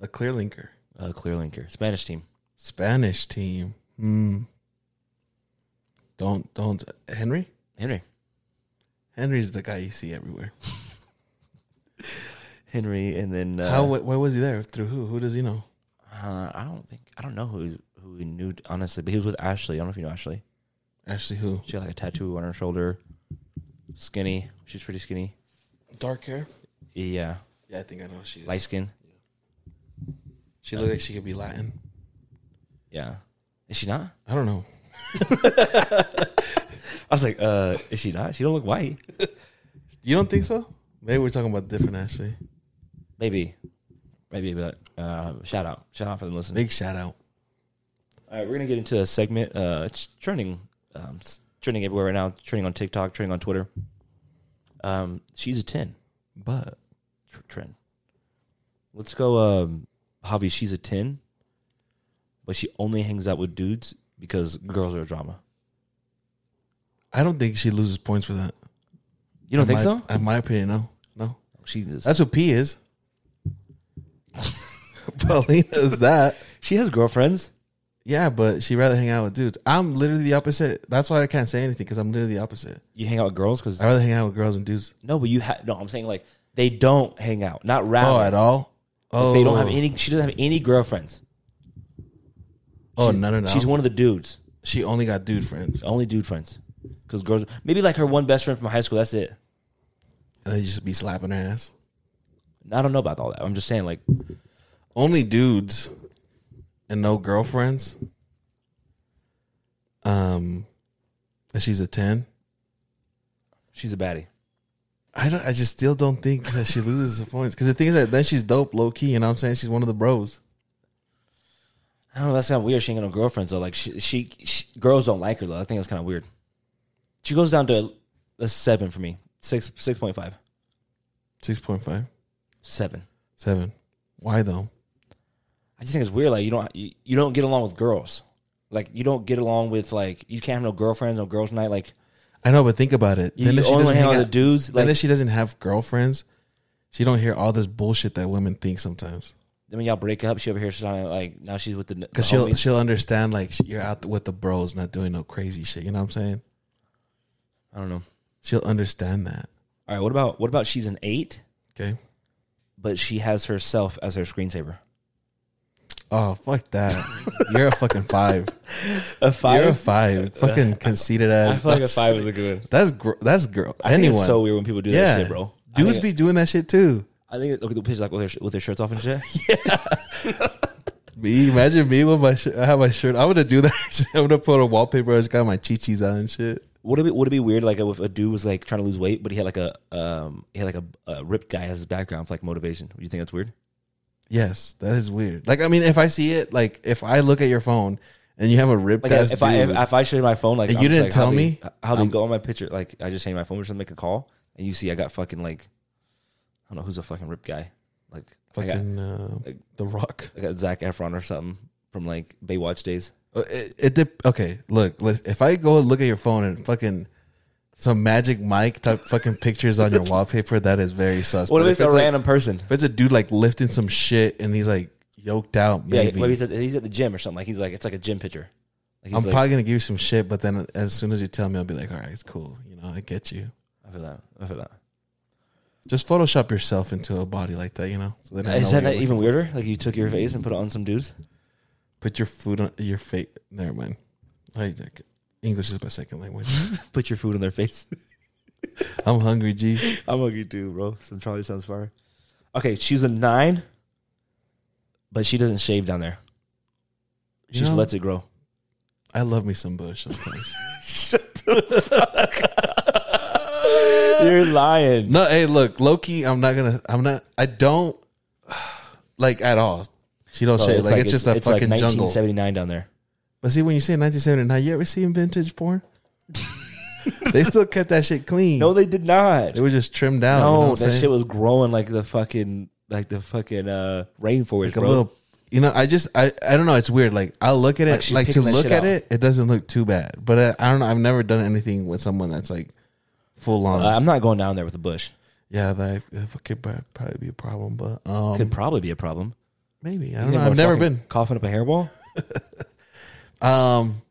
Speaker 2: a clear linker,
Speaker 1: uh, Clearlinker, Spanish team.
Speaker 2: Spanish team. Hmm. Don't don't Henry.
Speaker 1: Henry,
Speaker 2: Henry's the guy you see everywhere.
Speaker 1: Henry, and then uh,
Speaker 2: How? Why, why was he there? Through who? Who does he know?
Speaker 1: Uh, I don't think I don't know who who he knew honestly, but he was with Ashley. I don't know if you know Ashley.
Speaker 2: Actually, who?
Speaker 1: She had like a tattoo on her shoulder. Skinny. She's pretty skinny.
Speaker 2: Dark hair.
Speaker 1: Yeah,
Speaker 2: Yeah, I think I know who she is.
Speaker 1: light skin.
Speaker 2: She looked like she could be Latin.
Speaker 1: Yeah, is she not?
Speaker 2: I don't know.
Speaker 1: I was like, uh, is she not? She don't look white.
Speaker 2: You don't think so? Maybe we're talking about different Ashley.
Speaker 1: Maybe, maybe. But uh, shout out, shout out for them listening.
Speaker 2: Big shout out.
Speaker 1: All right, we're gonna get into a segment. Uh, it's trending, um, it's trending everywhere right now. Trending on TikTok, trending on Twitter. Um, she's a ten.
Speaker 2: But
Speaker 1: tr- trend. Let's go, um, Javi. She's a ten, but she only hangs out with dudes because girls are drama.
Speaker 2: I don't think she loses points for that.
Speaker 1: You don't
Speaker 2: In
Speaker 1: think
Speaker 2: my-
Speaker 1: so?
Speaker 2: In my opinion, no. No.
Speaker 1: She is,
Speaker 2: That's what P is. [LAUGHS] Paulina is that.
Speaker 1: she has girlfriends.
Speaker 2: Yeah, but she'd rather hang out with dudes. I'm literally the opposite. That's why I can't say anything because I'm literally the opposite.
Speaker 1: You hang out with girls because
Speaker 2: I'd rather hang out with girls and dudes.
Speaker 1: no, but you have no. I'm saying like they don't hang out. Not rather.
Speaker 2: Oh, at all? Oh,
Speaker 1: They don't have any. She doesn't have any girlfriends.
Speaker 2: Oh, no, no, no.
Speaker 1: She's one of the dudes.
Speaker 2: she only got dude friends.
Speaker 1: Only dude friends. Because girls, maybe like her one best friend from high school. That's it.
Speaker 2: And they just be slapping her ass.
Speaker 1: I don't know about all that. I'm just saying like
Speaker 2: only dudes and no girlfriends. Um, and she's a ten.
Speaker 1: she's a baddie.
Speaker 2: I don't. I just still don't think that she loses the points because the thing is that then she's dope, low key. You know what I'm saying? She's one of the bros.
Speaker 1: I don't know. That's kind of weird. She ain't got no girlfriends though. Like she, she, she girls don't like her though. I think that's kind of weird. She goes down to a seven for me. Six, six point five,
Speaker 2: Six point five,
Speaker 1: seven.
Speaker 2: seven. Why though?
Speaker 1: I just think it's weird. Like you don't, you, you don't get along with girls. Like you don't get along with like you can't have no girlfriends, no girls night. Like
Speaker 2: I know, but think about it.
Speaker 1: you, you
Speaker 2: if she
Speaker 1: only
Speaker 2: doesn't
Speaker 1: hang out
Speaker 2: hang
Speaker 1: with the
Speaker 2: out-
Speaker 1: dudes.
Speaker 2: then
Speaker 1: Like
Speaker 2: if she doesn't have girlfriends, she don't hear all this bullshit that women think sometimes.
Speaker 1: then when y'all break up, she over here she's on like now she's with the
Speaker 2: Because
Speaker 1: because
Speaker 2: she'll she'll understand like you're out with the bros, not doing no crazy shit. You know what I'm saying?
Speaker 1: I don't know.
Speaker 2: She'll understand that.
Speaker 1: All right, what about what about she's an eight,
Speaker 2: Okay.
Speaker 1: but she has herself as her screensaver.
Speaker 2: Oh fuck
Speaker 1: [LAUGHS]
Speaker 2: that! You're a fucking five.
Speaker 1: A
Speaker 2: You're a
Speaker 1: [LAUGHS]
Speaker 2: five. Fucking conceited ass.
Speaker 1: I feel like a five is a good one.
Speaker 2: That's gr- that's girl.
Speaker 1: I think
Speaker 2: [LAUGHS] Anyone?
Speaker 1: it's so weird when people do
Speaker 2: yeah,
Speaker 1: that shit, bro. I
Speaker 2: Dudes
Speaker 1: think-
Speaker 2: be doing that shit too.
Speaker 1: I think it- look at the pictures like with their, with their shirts off and shit. [LAUGHS]
Speaker 2: Me, imagine me with my shirt. I have my shirt. I'm gonna do that. [LAUGHS] I'm gonna put a wallpaper. I just got my chi chis on and shit.
Speaker 1: Would it be would it be weird like if a dude was like trying to lose weight, but he had like a um he had like a, a ripped guy as his background for like motivation? Would you think that's weird?
Speaker 2: Yes, that is weird. Like I mean, if I see it, like if I look at your phone and you have a ripped
Speaker 1: Like
Speaker 2: ass
Speaker 1: if I if,
Speaker 2: dude,
Speaker 1: if I show you my phone, like
Speaker 2: And
Speaker 1: I'm
Speaker 2: you
Speaker 1: just
Speaker 2: didn't
Speaker 1: like,
Speaker 2: tell
Speaker 1: how they-
Speaker 2: me?
Speaker 1: how they go on my picture, like I just hang my phone or something, make a call, and you see I got fucking like I don't know who's a fucking ripped guy, like I got
Speaker 2: fucking uh, the Rock.
Speaker 1: I got Zach Efron or something from like Baywatch days.
Speaker 2: Uh, It, it dep- okay. Look, let- if I go and look at your phone and fucking some magic Mike type fucking pictures
Speaker 1: [LAUGHS]
Speaker 2: on your wallpaper, that is very sus.
Speaker 1: What
Speaker 2: But
Speaker 1: if it's a
Speaker 2: like,
Speaker 1: random person?
Speaker 2: If it's a dude like lifting some shit and he's like yoked out,
Speaker 1: Yeah,
Speaker 2: maybe
Speaker 1: maybe he's at, he's at the gym or something. Like he's like it's like a gym picture. Like, he's
Speaker 2: I'm
Speaker 1: like-
Speaker 2: probably gonna give you some shit. But then as soon as you tell me, I'll be like, all right, it's cool. You know, I get you.
Speaker 1: I feel that. I feel that.
Speaker 2: Just Photoshop yourself into a body like that, you know. So then I know
Speaker 1: Is
Speaker 2: what
Speaker 1: that
Speaker 2: you're
Speaker 1: not
Speaker 2: looking
Speaker 1: even
Speaker 2: for.
Speaker 1: weirder? Like you took your face and put it on some dudes.
Speaker 2: Put your food on your face. Never mind. I, English is my second language.
Speaker 1: [LAUGHS]
Speaker 2: [LAUGHS]
Speaker 1: Put your food in their face. [LAUGHS]
Speaker 2: I'm hungry, G.
Speaker 1: I'm hungry too, bro. Some Charlie sounds fire. Okay, she's a nine, but she doesn't shave down there. She
Speaker 2: You
Speaker 1: just
Speaker 2: know-
Speaker 1: lets it grow.
Speaker 2: I love me some bush sometimes.
Speaker 1: You're lying.
Speaker 2: no, hey, look, Loki. I'm not gonna. I'm not. I don't [SIGHS] like at all. She don't
Speaker 1: Bro,
Speaker 2: say like, Oh, it's just a fucking jungle.
Speaker 1: 1979 down there.
Speaker 2: But see, when you say 1979, you ever seen vintage porn? [LAUGHS] they still kept that shit clean.
Speaker 1: No, they did not.
Speaker 2: It was just trimmed down. you know
Speaker 1: No,
Speaker 2: what I'm
Speaker 1: that
Speaker 2: saying?
Speaker 1: shit was growing like the fucking like the fucking uh rainforest,
Speaker 2: like a
Speaker 1: bro.
Speaker 2: little. You know, I just I I don't know. It's weird. Like I will look at
Speaker 1: Like
Speaker 2: it,
Speaker 1: she's
Speaker 2: like, to
Speaker 1: picking that
Speaker 2: look
Speaker 1: shit
Speaker 2: at
Speaker 1: out.
Speaker 2: it, it doesn't look too bad. But uh, I don't know. I've never done anything with someone that's like full on.
Speaker 1: Uh, I'm not going down there with a bush.
Speaker 2: yeah, that, that could pro- probably be a problem. But um,
Speaker 1: Could probably be a problem.
Speaker 2: maybe I
Speaker 1: You
Speaker 2: don't
Speaker 1: think
Speaker 2: know.
Speaker 1: we're
Speaker 2: I've never
Speaker 1: fucking
Speaker 2: been.
Speaker 1: coughing up a hairball.
Speaker 2: Um.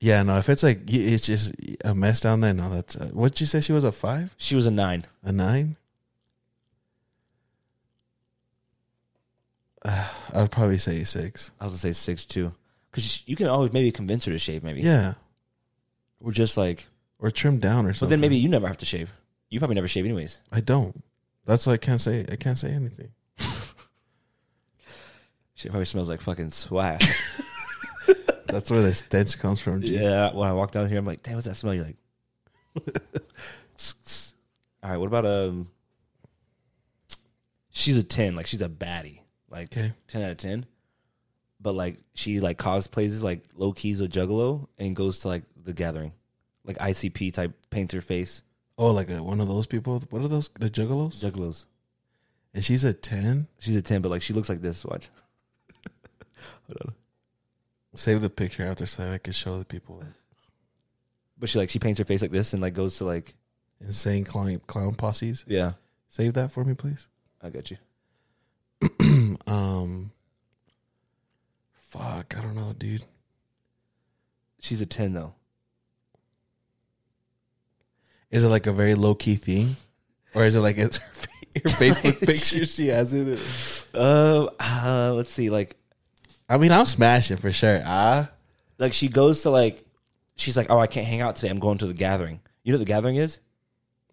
Speaker 2: Yeah, no. If it's like y- it's just a mess down there, no. That's uh, what you say. She was a five,
Speaker 1: She was a nine.
Speaker 2: a nine. [SIGHS] Uh, I'd probably say six.
Speaker 1: I was gonna say six too, because you can always maybe convince her to shave. Maybe
Speaker 2: Yeah,
Speaker 1: we're just like,
Speaker 2: or trimmed down or
Speaker 1: but
Speaker 2: something.
Speaker 1: then maybe you never have to shave. You probably never shave anyways.
Speaker 2: I don't. That's why I can't say I can't say anything.
Speaker 1: She probably smells like fucking swag.
Speaker 2: That's where the stench comes from. G.
Speaker 1: yeah. When I walk down here, I'm like, damn, what's that smell? You're like, [LAUGHS] "Tsk, tsk." all right. What about um? She's a ten. Like she's a baddie. Like
Speaker 2: Okay.
Speaker 1: ten out of ten. But like she like cosplays as, like low keys with Juggalo and goes to like the gathering, like ICP type paints her face
Speaker 2: Oh, like a, one of those people. What are those? The juggalos.
Speaker 1: Juggalos.
Speaker 2: And she's a ten.
Speaker 1: She's a ten, but like she looks like this. Watch.
Speaker 2: Save the picture after so that I could show the people.
Speaker 1: But she like she paints her face like this and like goes to like
Speaker 2: Insane clown clown posses.
Speaker 1: yeah.
Speaker 2: Save that for me, please.
Speaker 1: I got you.
Speaker 2: Um. Fuck, I don't know, dude.
Speaker 1: She's a ten though.
Speaker 2: Is it like a very low key thing, or is it like [LAUGHS] it's her, fa- her
Speaker 1: [LAUGHS]
Speaker 2: Facebook picture she has in it?
Speaker 1: Uh, uh, let's see. Like
Speaker 2: I mean, I'm smashing for sure. Ah,
Speaker 1: like she goes to like she's like oh I can't hang out today. I'm going to the gathering. You know what the gathering is?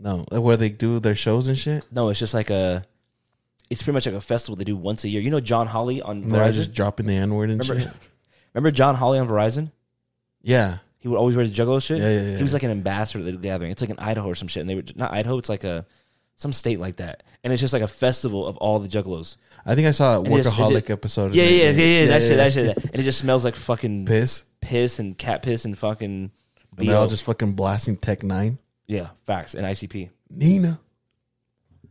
Speaker 2: no, where they do their shows and shit.
Speaker 1: No, it's just like a. It's pretty much like a festival they do once a year. You know John Holly on
Speaker 2: And they're
Speaker 1: Verizon.
Speaker 2: just dropping the N word and
Speaker 1: Remember,
Speaker 2: shit.
Speaker 1: remember John Holly on Verizon?
Speaker 2: Yeah,
Speaker 1: He would always wear the Juggalo shit.
Speaker 2: Yeah, yeah, yeah.
Speaker 1: He was like an ambassador to the gathering. It's like in Idaho or some shit, and they were not Idaho. It's like a some state like that, and it's just like a festival of all the Juggalos.
Speaker 2: I think I saw a
Speaker 1: And it just- it
Speaker 2: workaholic
Speaker 1: just-
Speaker 2: episode.
Speaker 1: Yeah, yeah, yeah, yeah, yeah, that
Speaker 2: yeah,
Speaker 1: shit, that
Speaker 2: yeah.
Speaker 1: shit, that- and it just smells like fucking piss,
Speaker 2: Piss,
Speaker 1: and cat piss and fucking.
Speaker 2: and they're all
Speaker 1: BO.
Speaker 2: just fucking blasting Tech Nine.
Speaker 1: yeah, facts and ICP.
Speaker 2: Nina,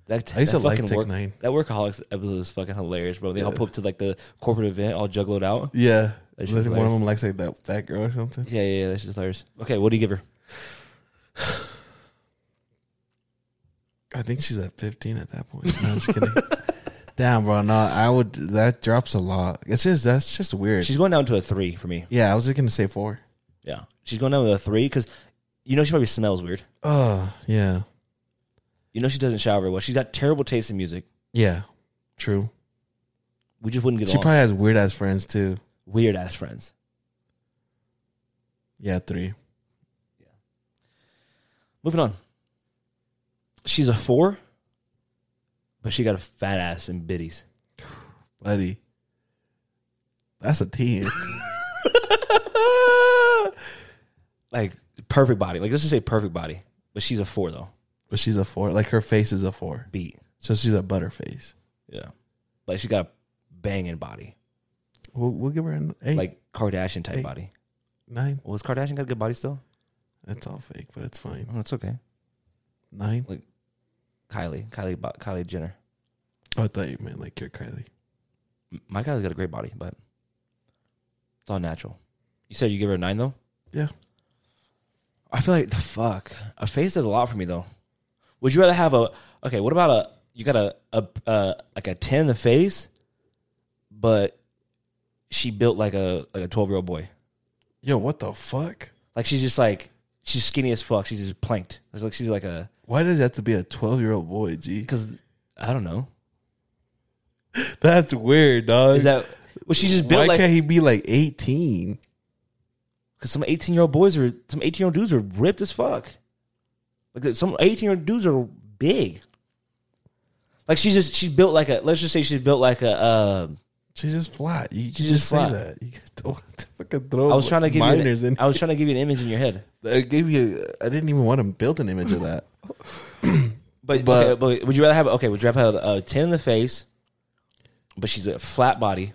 Speaker 1: That,
Speaker 2: I used
Speaker 1: that
Speaker 2: to like
Speaker 1: fucking
Speaker 2: Tech
Speaker 1: work,
Speaker 2: Nine.
Speaker 1: That workaholics episode was fucking hilarious, bro. They all pull up to like the corporate event, all juggled out.
Speaker 2: yeah. I
Speaker 1: That's
Speaker 2: think one of
Speaker 1: hilarious.
Speaker 2: them likes like that fat girl or something.
Speaker 1: Yeah, yeah, yeah. That's just hilarious. Okay, what do you give her?
Speaker 2: I think she's at 15 at that point. No, I'm
Speaker 1: [LAUGHS]
Speaker 2: just kidding. Damn, bro. No, I would. That drops a lot. It's just that's just weird.
Speaker 1: She's going down to a three for me.
Speaker 2: yeah, I was just gonna say four.
Speaker 1: Yeah, she's going down with a three because you know she probably smells weird.
Speaker 2: Oh, yeah,
Speaker 1: You know she doesn't shower well. She's got terrible taste in music.
Speaker 2: yeah. True.
Speaker 1: We just wouldn't get
Speaker 2: She
Speaker 1: along.
Speaker 2: probably has weird ass friends too.
Speaker 1: Weird ass friends.
Speaker 2: Yeah, three.
Speaker 1: Moving on. She's a four, but she got a fat ass and biddies.
Speaker 2: buddy. That's
Speaker 1: [LAUGHS]
Speaker 2: a ten.
Speaker 1: Like perfect body. Like let's just say perfect body. But she's a four though.
Speaker 2: but she's a four. Like her face is a four.
Speaker 1: Beat.
Speaker 2: So she's a butterface.
Speaker 1: Yeah. Like she got a banging body.
Speaker 2: We'll, we'll give her an eight, like
Speaker 1: Like Kardashian type
Speaker 2: Hey.
Speaker 1: body.
Speaker 2: nine.
Speaker 1: Well, has Kardashian got a good body still?
Speaker 2: That's all fake, but it's fine.
Speaker 1: Oh, it's okay.
Speaker 2: Nine.
Speaker 1: Kylie. Kylie Bo- Kylie Jenner.
Speaker 2: Oh, I thought you meant like your Kylie.
Speaker 1: M- My Kylie's got a great body, but it's all natural. You said you give her a nine though?
Speaker 2: Yeah.
Speaker 1: I feel like the fuck. A face does a lot for me though. Would you rather have a okay? What about a you got a a, a like a ten in the face, but she built like a like a twelve year old boy.
Speaker 2: Yo, what the fuck?
Speaker 1: Like she's just like she's skinny as fuck. She's just planked. It's like she's like a
Speaker 2: Why does it have to be a twelve year old boy? G.
Speaker 1: because I don't know.
Speaker 2: That's weird, dog.
Speaker 1: Is that well? She just
Speaker 2: why
Speaker 1: built like
Speaker 2: can't he be like eighteen?
Speaker 1: some 18 year old boys are some 18 year old dudes are ripped as fuck. Like some 18 year old dudes are big. Like she's just she's built like a let's just say she's built like a uh,
Speaker 2: She's just flat. You, you
Speaker 1: She's
Speaker 2: just,
Speaker 1: just
Speaker 2: say
Speaker 1: flat.
Speaker 2: that. You [LAUGHS] don't fucking throw.
Speaker 1: I was trying to give you
Speaker 2: minors
Speaker 1: an,
Speaker 2: in.
Speaker 1: I was trying to give you an image in your head.
Speaker 2: I gave you. I didn't even want to build an image of that.
Speaker 1: But
Speaker 2: But-
Speaker 1: okay, but would you rather have okay? Would you rather have a ten in the face, but she's a flat body,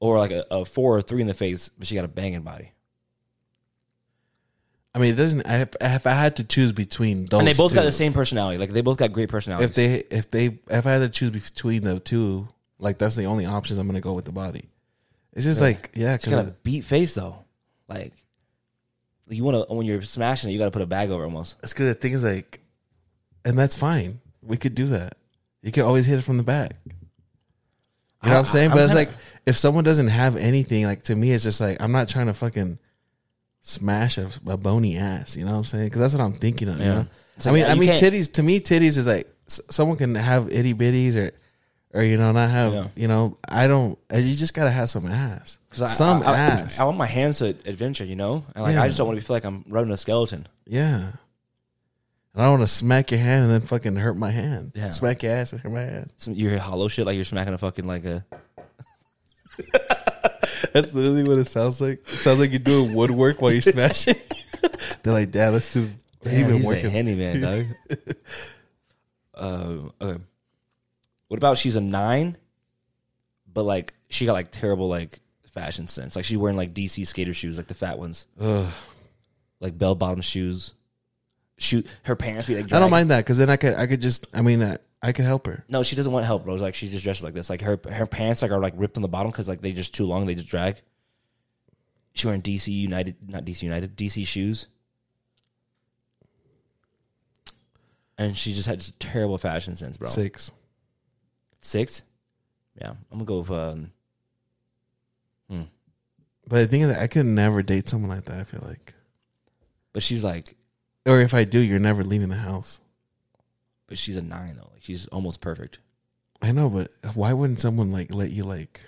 Speaker 1: or like a, a four or three in the face, but she got a banging body?
Speaker 2: I mean, it doesn't. I have, if I had to choose between those,
Speaker 1: And they both got
Speaker 2: two,
Speaker 1: the same personality. Like they both got great personality.
Speaker 2: If they, if they, if I had to choose between the two, like that's the only options I'm gonna go with the body. It's just like yeah,
Speaker 1: She got
Speaker 2: because
Speaker 1: a beat face though. Like you want to when you're smashing it, you got to put a bag over it almost.
Speaker 2: it's because the thing is like, and that's fine. We could do that. You can always hit it from the back. You know what I'm saying?
Speaker 1: I-
Speaker 2: But
Speaker 1: I'm
Speaker 2: it's
Speaker 1: kinda-
Speaker 2: like if someone doesn't have anything, like to me, it's just like I'm not trying to fucking smash a, a bony ass. You know what I'm saying? Because that's what I'm thinking of. You
Speaker 1: Yeah.
Speaker 2: know?
Speaker 1: It's
Speaker 2: I
Speaker 1: like,
Speaker 2: mean,
Speaker 1: yeah,
Speaker 2: I
Speaker 1: you
Speaker 2: mean,
Speaker 1: can't-
Speaker 2: titties. To me, titties is like s- someone can have itty bitties or, or you know, not have.
Speaker 1: Yeah.
Speaker 2: You know, I don't. uh, You just gotta have some ass.
Speaker 1: 'Cause I-
Speaker 2: some
Speaker 1: I, I-
Speaker 2: ass.
Speaker 1: I want my hands to adventure, you know, and like
Speaker 2: Yeah.
Speaker 1: I just don't want to feel like I'm rubbing a skeleton.
Speaker 2: yeah. And I don't want to smack your hand and then fucking hurt my hand.
Speaker 1: Yeah.
Speaker 2: Smack your ass and hurt my hand. [LAUGHS]
Speaker 1: Some you hear hollow shit like you're smacking a fucking like a.
Speaker 2: That's literally what it sounds like. It sounds like
Speaker 1: [LAUGHS]
Speaker 2: you're doing woodwork while you're smashing. They're like, Dad, let's [LAUGHS] do.
Speaker 1: Damn,
Speaker 2: He's been
Speaker 1: he's a
Speaker 2: working.
Speaker 1: handyman, dog.
Speaker 2: [LAUGHS]
Speaker 1: Um, okay. What about she's a nine, but like she got like terrible like fashion sense. Like she's wearing like DC skater shoes, like the fat ones,
Speaker 2: Ugh.
Speaker 1: like bell bottom shoes. Shoot, her parents be like.
Speaker 2: I don't
Speaker 1: dragging-
Speaker 2: mind that because then I could, I could just, I mean, I, I could help her.
Speaker 1: No, she doesn't want help, bro. It's Like she just dresses like this. Like her her pants like are like ripped on the bottom because like they just too long. They just drag. She wearing DC United, not DC United, DC shoes, and she just had just terrible fashion sense, bro.
Speaker 2: Six.
Speaker 1: Six? Yeah, I'm gonna go with. Um,
Speaker 2: But the thing is, I could never date someone like that. I feel like,
Speaker 1: but she's like,
Speaker 2: or if I do, you're never leaving the house.
Speaker 1: but she's a nine though. Like she's almost perfect.
Speaker 2: I know, but why wouldn't someone like let you like?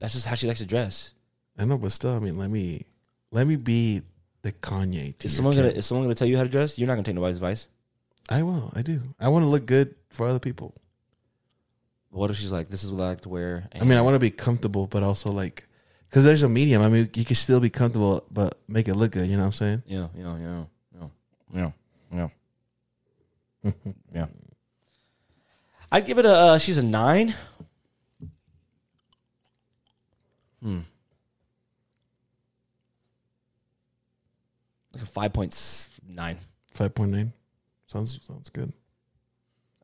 Speaker 1: That's just how she likes to dress.
Speaker 2: I know, but still, I mean, let me, let me be the Kanye. To
Speaker 1: Is
Speaker 2: your
Speaker 1: someone gonna
Speaker 2: kid.
Speaker 1: is someone gonna tell you how to dress? You're not gonna take nobody's advice.
Speaker 2: I will. I do. I want to look good for other people.
Speaker 1: But what if she's like, this is what I like to wear?
Speaker 2: I mean, I want to be comfortable, but also like, because there's a medium. I mean, you can still be comfortable, but make it look good. You know what I'm saying?
Speaker 1: Yeah, yeah, yeah, yeah, yeah, yeah, [LAUGHS] yeah. I'd give it a. Uh, she's a nine. Hmm. Hmm. Like a five point nine.
Speaker 2: Five point nine, sounds sounds good.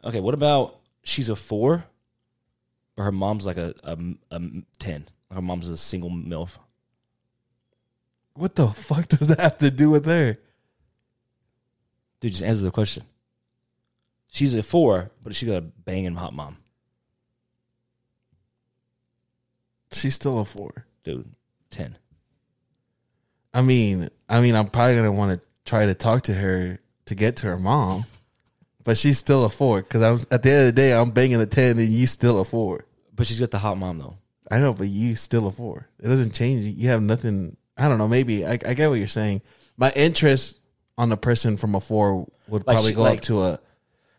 Speaker 1: Okay, what about she's a four, but her mom's like a a, a ten. Her mom's a single milf.
Speaker 2: What the fuck does that have to do with her?
Speaker 1: Dude, just answer the question. She's a four, but she got a banging hot mom,
Speaker 2: She's still a four.
Speaker 1: dude. Ten.
Speaker 2: I mean, I mean, I'm probably gonna want to try to talk to her to get to her mom, but she's still a four. Because I was at the end of the day, I'm banging the ten, and you still a four.
Speaker 1: But she's got the hot mom though.
Speaker 2: I know, but you still a four. It doesn't change. You have nothing. I don't know. Maybe I, I get what you're saying. My interest on the person from a four would
Speaker 1: Like
Speaker 2: probably
Speaker 1: she-
Speaker 2: go
Speaker 1: like-
Speaker 2: up to a.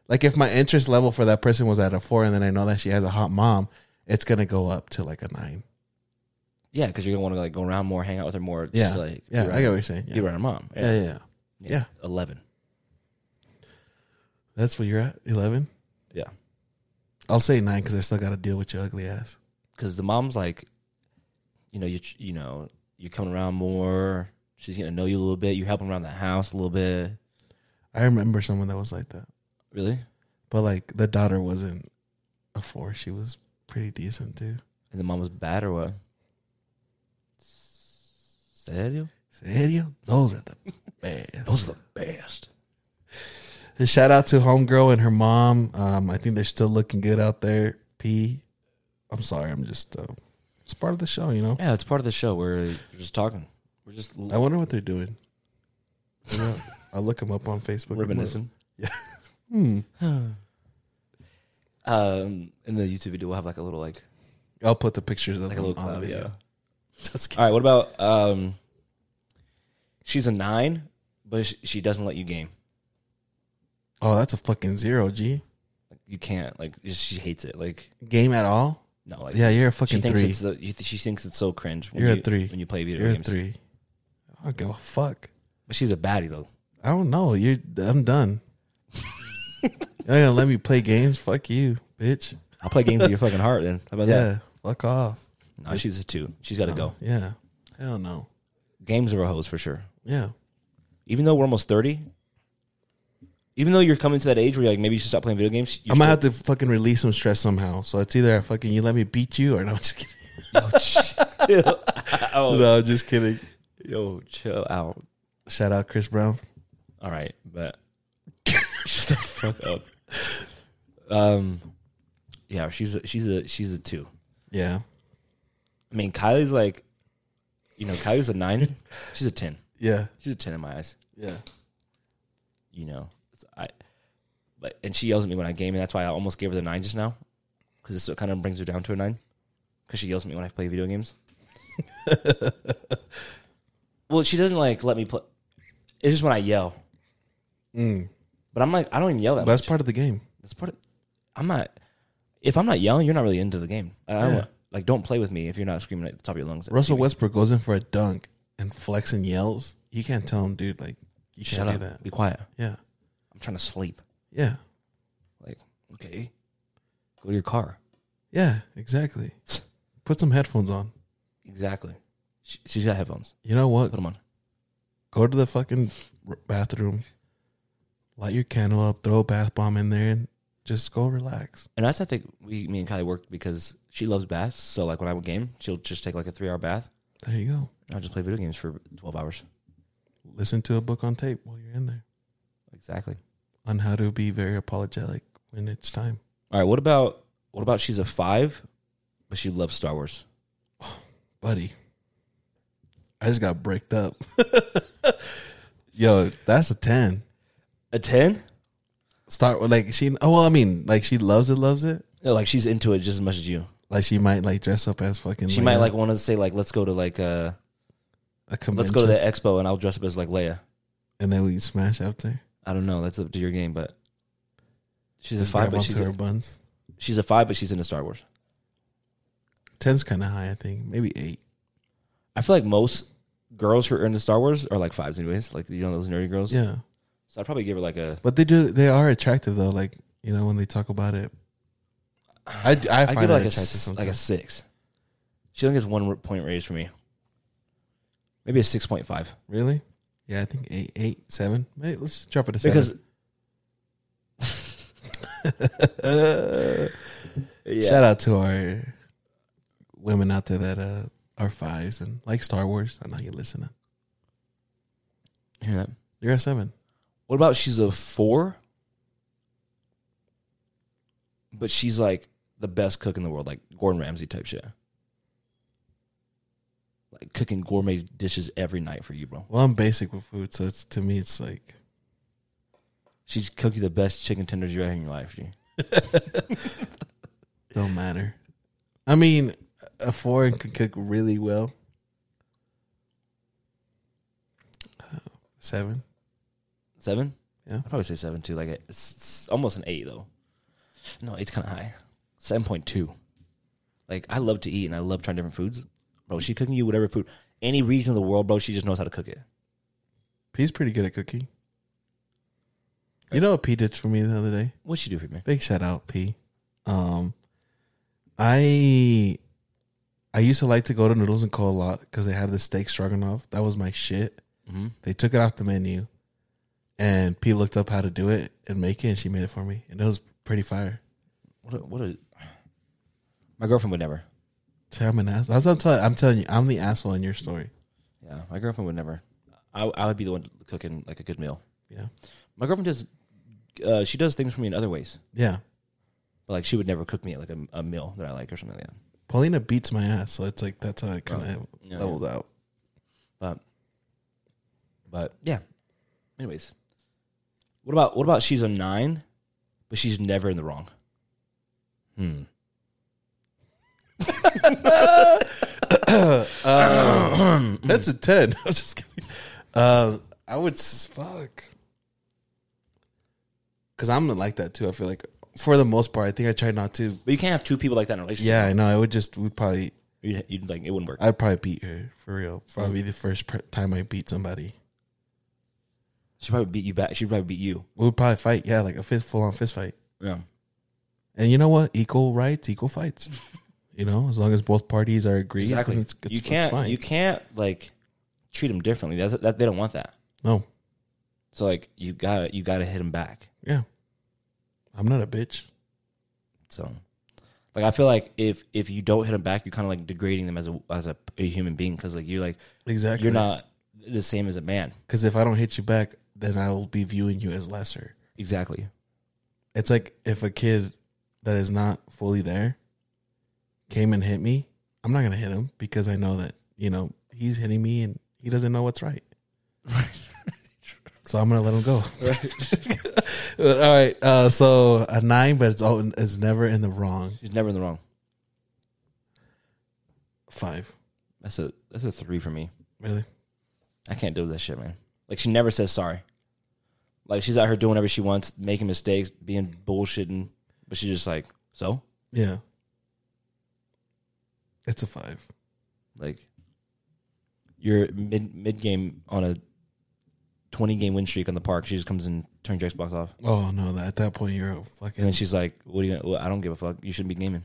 Speaker 2: Like if my interest level for that person was at a four, and then I know that she has a hot mom, it's gonna go up to like a nine.
Speaker 1: Yeah, because you're gonna want to like go around more, hang out with her more.
Speaker 2: Yeah,
Speaker 1: Just like
Speaker 2: yeah.
Speaker 1: be around-
Speaker 2: I get what you're saying. Yeah,
Speaker 1: Be around her mom.
Speaker 2: yeah, yeah, yeah. yeah.
Speaker 1: Eleven.
Speaker 2: That's where you're at. Eleven.
Speaker 1: Yeah,
Speaker 2: I'll say nine because I still got to deal with your ugly ass.
Speaker 1: because the mom's like, you know, you you know, you're coming around more. She's gonna know you a little bit. You're helping around the house a little bit.
Speaker 2: I remember someone that was like that,
Speaker 1: Really?
Speaker 2: but like the daughter wasn't a four. She was pretty decent too.
Speaker 1: And the mom was bad or what? Serio?
Speaker 2: Serio? Those are
Speaker 1: [LAUGHS]
Speaker 2: the best.
Speaker 1: Those are the best.
Speaker 2: And Shout out to Homegirl and her mom. Um, I think they're still looking good out there. P. I'm sorry. I'm just. Uh, it's part of the show, you know.
Speaker 1: Yeah, it's part of the show. We're we're just talking. We're just
Speaker 2: I wonder what they're doing. You know, I'll look them up on Facebook.
Speaker 1: reminiscing.
Speaker 2: Yeah. Hmm.
Speaker 1: Um, in the YouTube video, we'll have like a little like
Speaker 2: I'll put the pictures of
Speaker 1: like a
Speaker 2: them
Speaker 1: little
Speaker 2: [LAUGHS] on the
Speaker 1: cloud.
Speaker 2: video.
Speaker 1: Yeah.
Speaker 2: Just kidding.
Speaker 1: All right. What about um? She's a nine, but sh- she doesn't let you game.
Speaker 2: Oh, that's a fucking zero, G.
Speaker 1: You can't like she hates it. Like
Speaker 2: Game at all?
Speaker 1: no, like
Speaker 2: Yeah, you're a
Speaker 1: she
Speaker 2: fucking
Speaker 1: thinks
Speaker 2: three.
Speaker 1: it's the, you th- she thinks it's so cringe. When
Speaker 2: You're a
Speaker 1: you-
Speaker 2: three.
Speaker 1: when you play video
Speaker 2: You're a
Speaker 1: games.
Speaker 2: three. I don't give a fuck.
Speaker 1: But she's a baddie though.
Speaker 2: I don't know. You're.
Speaker 1: [LAUGHS]
Speaker 2: I'm done. You're not gonna let me play games? Fuck you, bitch.
Speaker 1: I'll play games with your fucking heart. Then how about
Speaker 2: Yeah. Fuck off.
Speaker 1: that? No, she's a two. She's got to go.
Speaker 2: Yeah. Hell no.
Speaker 1: Games are a hose for sure.
Speaker 2: Yeah.
Speaker 1: Even though we're almost thirty, even though you're coming to that age where you're like maybe you should stop playing video games. You
Speaker 2: I'm gonna have to fucking release some stress somehow. So it's either I fucking you let me beat you or no. I'm just kidding.
Speaker 1: Oh.
Speaker 2: No, I'm just kidding.
Speaker 1: yo chill out.
Speaker 2: Shout out Chris Brown.
Speaker 1: All right, [LAUGHS] but shut the fuck up. Um, yeah, she's a, she's a she's a two.
Speaker 2: Yeah.
Speaker 1: I mean, Kylie's like, you know, Kylie's a [LAUGHS] nine. She's a ten.
Speaker 2: Yeah.
Speaker 1: She's a ten in my eyes.
Speaker 2: Yeah.
Speaker 1: You know, So I. But and she yells at me when I game, and that's why I almost gave her the nine just now, because it's what kind of brings her down to a nine, because she yells at me when I play video games. [LAUGHS] well, she doesn't like let me play. It's just when I yell.
Speaker 2: Mm.
Speaker 1: But I'm like, I don't even yell that much.
Speaker 2: That's part of the game.
Speaker 1: That's part of. I'm not. If I'm not yelling, you're not really into the game. I don't,
Speaker 2: Yeah.
Speaker 1: Like, don't play with me if you're not screaming at the top of your lungs. at
Speaker 2: Russell
Speaker 1: TV.
Speaker 2: Westbrook goes in for a dunk and flex and yells. You can't tell him, dude. Like you
Speaker 1: shut
Speaker 2: can't
Speaker 1: up.
Speaker 2: do that.
Speaker 1: Be quiet.
Speaker 2: Yeah.
Speaker 1: I'm trying to sleep.
Speaker 2: Yeah.
Speaker 1: Like, okay, go to your car.
Speaker 2: Yeah. Exactly. Put some headphones on.
Speaker 1: Exactly. She, she's got headphones.
Speaker 2: You know what?
Speaker 1: Put them on.
Speaker 2: Go to the fucking r- bathroom. Light your candle up. Throw a bath bomb in there and just go relax.
Speaker 1: And that's I think we, me and Kylie worked because she loves baths. So like when I would game, she'll just take like a three hour bath.
Speaker 2: There you go.
Speaker 1: And I'll just play video games for twelve hours.
Speaker 2: Listen to a book on tape while you're in there
Speaker 1: Exactly.
Speaker 2: on how to be very apologetic when it's time.
Speaker 1: All right. What about what about she's a five, but she loves Star Wars.
Speaker 2: buddy, I just got bricked up. [LAUGHS] Yo, that's a ten.
Speaker 1: A ten?
Speaker 2: Start with like she. Oh well, I mean, like she loves it, loves it.
Speaker 1: No, like she's into it just as much as you.
Speaker 2: Like she might like dress up as fucking.
Speaker 1: She
Speaker 2: Leia,
Speaker 1: might like want to say like, let's go to like uh,
Speaker 2: a convention,
Speaker 1: let's go to the expo, and I'll dress up as like Leia.
Speaker 2: and then we smash out there.
Speaker 1: I don't know. That's up to your game, but she's a
Speaker 2: Just
Speaker 1: five,
Speaker 2: grab
Speaker 1: but
Speaker 2: onto
Speaker 1: she's
Speaker 2: her
Speaker 1: a,
Speaker 2: buns.
Speaker 1: she's a five, but she's into Star Wars.
Speaker 2: Ten's kind of high, I think. Maybe eight.
Speaker 1: I feel like most girls who are into Star Wars are like fives, anyways. Like you know those nerdy girls.
Speaker 2: Yeah,
Speaker 1: So I'd probably give her like a.
Speaker 2: but they do. They are attractive though. Like you know when they talk about it. I, I find
Speaker 1: I'd give her
Speaker 2: it
Speaker 1: like a
Speaker 2: attractive
Speaker 1: s- like a
Speaker 2: sometimes.
Speaker 1: six. She only gets one r- point raised for me. Maybe a six point five
Speaker 2: really. Yeah, I think eight, eight, seven. Hey, let's drop it a seven.
Speaker 1: because
Speaker 2: [LAUGHS]
Speaker 1: [LAUGHS] yeah.
Speaker 2: Shout out to our women out there that uh, are fives and like Star Wars. I know you're listening.
Speaker 1: Hear that?
Speaker 2: You're a seven.
Speaker 1: What about she's a four? But she's like the best cook in the world, like Gordon Ramsay type shit. Like cooking gourmet dishes every night for you, bro.
Speaker 2: Well, I'm basic with food, so it's to me, it's like
Speaker 1: She's cooked you the best chicken tenders you ever had in your life. G.
Speaker 2: don't matter. I mean, a foreign can cook really well. Uh, Seven.
Speaker 1: Seven?
Speaker 2: Yeah.
Speaker 1: I'd probably say seven too. Like a- it's, it's almost an eight though. No, eight's kind of high. Seven point two. Like I love to eat and I love trying different foods, bro. She cooking you whatever food, any region of the world, bro. She just knows how to cook it.
Speaker 2: P's pretty good at cooking. You know what P did for me the other day?
Speaker 1: What she do for you, man?
Speaker 2: Big shout out, P. Um, I I used to like to go to Noodles and Co a lot because they had the steak stroganoff. That was my shit. They took it off the menu, and P looked up how to do it and make it, and she made it for me, and it was pretty fire.
Speaker 1: What? A, what? A, my girlfriend would never.
Speaker 2: So I'm an ass. That's what I'm telling. I'm telling you, I'm the asshole in your story.
Speaker 1: Yeah, my girlfriend would never. I I would be the one cooking like a good meal.
Speaker 2: Yeah,
Speaker 1: My girlfriend does. Uh, she does things for me in other ways,
Speaker 2: yeah.
Speaker 1: but like she would never cook me like a, a meal that I like or something like that.
Speaker 2: Paulina beats my ass, so it's like that's how it kind of
Speaker 1: Yeah.
Speaker 2: leveled out.
Speaker 1: But but yeah. Anyways. What about what about she's a nine, but she's never in the wrong? Hmm.
Speaker 2: Uh, [CLEARS THROAT] [LAUGHS] That's a ten. I was just kidding. Uh, I would s- fuck. Cause I'm like that too. I feel like for the most part, I think I try not to.
Speaker 1: But you can't have two people like that in a relationship.
Speaker 2: Yeah, I know. I would just we probably
Speaker 1: You'd, you'd like it wouldn't work.
Speaker 2: I'd probably beat her for real. Probably the first pr- time I beat somebody.
Speaker 1: She'd probably beat you back. She'd probably beat you.
Speaker 2: We would probably fight. Yeah, like a fist full on fist fight.
Speaker 1: Yeah.
Speaker 2: And you know what? Equal rights, equal fights. You know, as long as both parties are agreed,
Speaker 1: Exactly.
Speaker 2: then it's- it's-
Speaker 1: you
Speaker 2: it's
Speaker 1: can't.
Speaker 2: fine.
Speaker 1: You can't like treat them differently. That's, that they don't want that.
Speaker 2: no,
Speaker 1: So like you gotta you gotta hit them back.
Speaker 2: yeah. I'm not a bitch.
Speaker 1: So like I feel like if if you don't hit them back, you're kind of like degrading them as a as a, a human being because like you're like
Speaker 2: Exactly.
Speaker 1: you're not the same as a man.
Speaker 2: Because if I don't hit you back, then I will be viewing you as lesser.
Speaker 1: Exactly.
Speaker 2: It's like if a kid that is not fully there came and hit me, I'm not gonna hit him because I know that you know he's hitting me and he doesn't know what's right. so I'm gonna let him go. [LAUGHS] All right. Uh, so a nine, but it's all it's never in the wrong.
Speaker 1: She's never in the wrong.
Speaker 2: Five.
Speaker 1: That's a that's a three for me.
Speaker 2: Really?
Speaker 1: I can't deal with that shit, man. Like she never says sorry. Like she's out here doing whatever she wants, making mistakes, being bullshitting, but she's just like, so?
Speaker 2: Yeah. It's a five.
Speaker 1: Like you're mid mid game on a twenty game win streak on the park. She just comes and turns your Xbox off.
Speaker 2: Oh no! At that point, you're a
Speaker 1: And
Speaker 2: fucking.
Speaker 1: then she's like, What are you gonna well, I don't give a fuck. You shouldn't be gaming.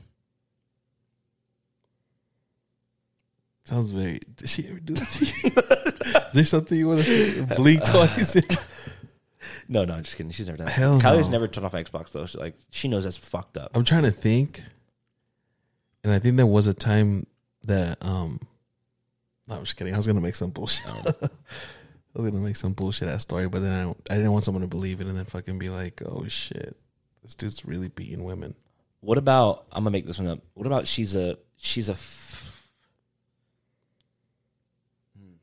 Speaker 2: Sounds very. Did she ever do that to you? [LAUGHS] Is there something you want to blink [LAUGHS] twice?
Speaker 1: No, no, I'm just kidding. She's never done that.
Speaker 2: Hell
Speaker 1: Kylie's
Speaker 2: no.
Speaker 1: never turned off Xbox though. She, like she knows that's fucked up.
Speaker 2: I'm trying to think, and I think there was a time that um, no, I'm just kidding. I was gonna make some bullshit. [LAUGHS] I was gonna make some bullshit ass story, but then I, I didn't want someone to believe it and then fucking be like, oh shit, this dude's really beating women.
Speaker 1: What about I'm gonna make this one up. What about she's a she's a f- hmm,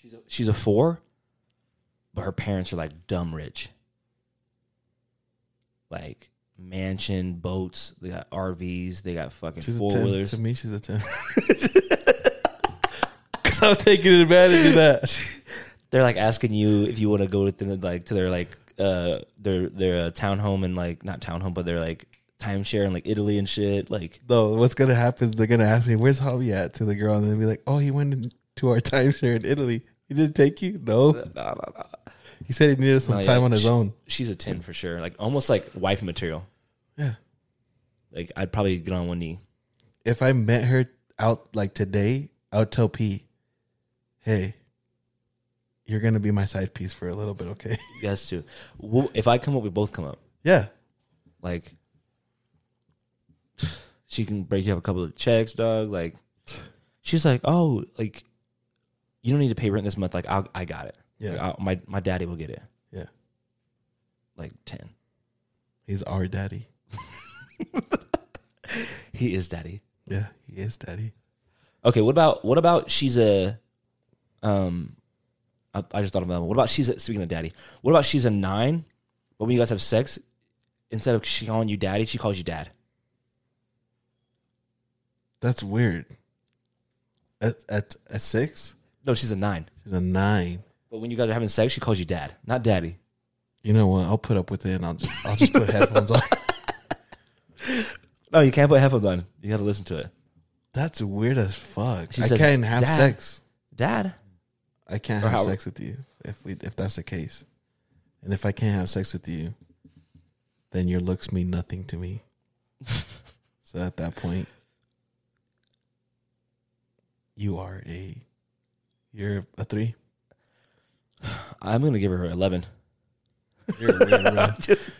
Speaker 1: she's a she's a four, but her parents are like dumb rich, like mansion, boats. They got RVs. They got fucking
Speaker 2: She's a
Speaker 1: four
Speaker 2: ten.
Speaker 1: wheelers.
Speaker 2: To me, she's a ten. [LAUGHS] Because I'm taking advantage of that.
Speaker 1: They're like asking you if you want to go with them, like to their like uh their their uh, townhome and like not townhome, but their like timeshare in like Italy and shit. Like
Speaker 2: No, what's gonna happen is they're gonna ask me, "Where's Javi at?" to the girl, and then be like, "Oh, he went in- to our [LAUGHS] timeshare in Italy. He didn't take you. No, he said he needed some
Speaker 1: No, yeah,
Speaker 2: time on his
Speaker 1: she-
Speaker 2: own.
Speaker 1: She's a ten for sure. Like almost like wife material.
Speaker 2: Yeah.
Speaker 1: Like I'd probably get on one knee.
Speaker 2: If I met her out like today, I would tell P, "Hey, you're gonna be my side piece for a little bit, okay? [LAUGHS]
Speaker 1: You guys too. Well, if I come up, we both come up.
Speaker 2: yeah,
Speaker 1: Like she can break you up a couple of checks, dog. Like she's like, oh, like you don't need to pay rent this month. Like I, I got it.
Speaker 2: Yeah.
Speaker 1: Like, I'll- my my daddy will get it.
Speaker 2: yeah.
Speaker 1: Like ten.
Speaker 2: He's our daddy.
Speaker 1: He is daddy.
Speaker 2: Yeah, he is daddy.
Speaker 1: Okay. What about what about she's a um. I, I just thought of that one. What about she's a, speaking of daddy? What about she's a nine? But when you guys have sex, instead of she calling you daddy, she calls you dad.
Speaker 2: That's weird. At at at six,
Speaker 1: No, she's a nine.
Speaker 2: she's a nine.
Speaker 1: But when you guys are having sex, she calls you dad, not daddy.
Speaker 2: You know what? I'll put up with it. and I'll just I'll just put headphones on."
Speaker 1: No, you can't put headphones on. You got to listen to it.
Speaker 2: That's weird as fuck.
Speaker 1: She
Speaker 2: I
Speaker 1: says,
Speaker 2: can't have
Speaker 1: "Dad."
Speaker 2: sex.
Speaker 1: Dad.
Speaker 2: I can't
Speaker 1: Or
Speaker 2: have
Speaker 1: how-
Speaker 2: sex with you if we if that's the case. And if I can't have sex with you, then your looks mean nothing
Speaker 1: [LAUGHS]
Speaker 2: to me. so at that point, you are a you're a three.
Speaker 1: I'm gonna give her eleven.
Speaker 2: You're a [LAUGHS] weird bro.
Speaker 1: Just,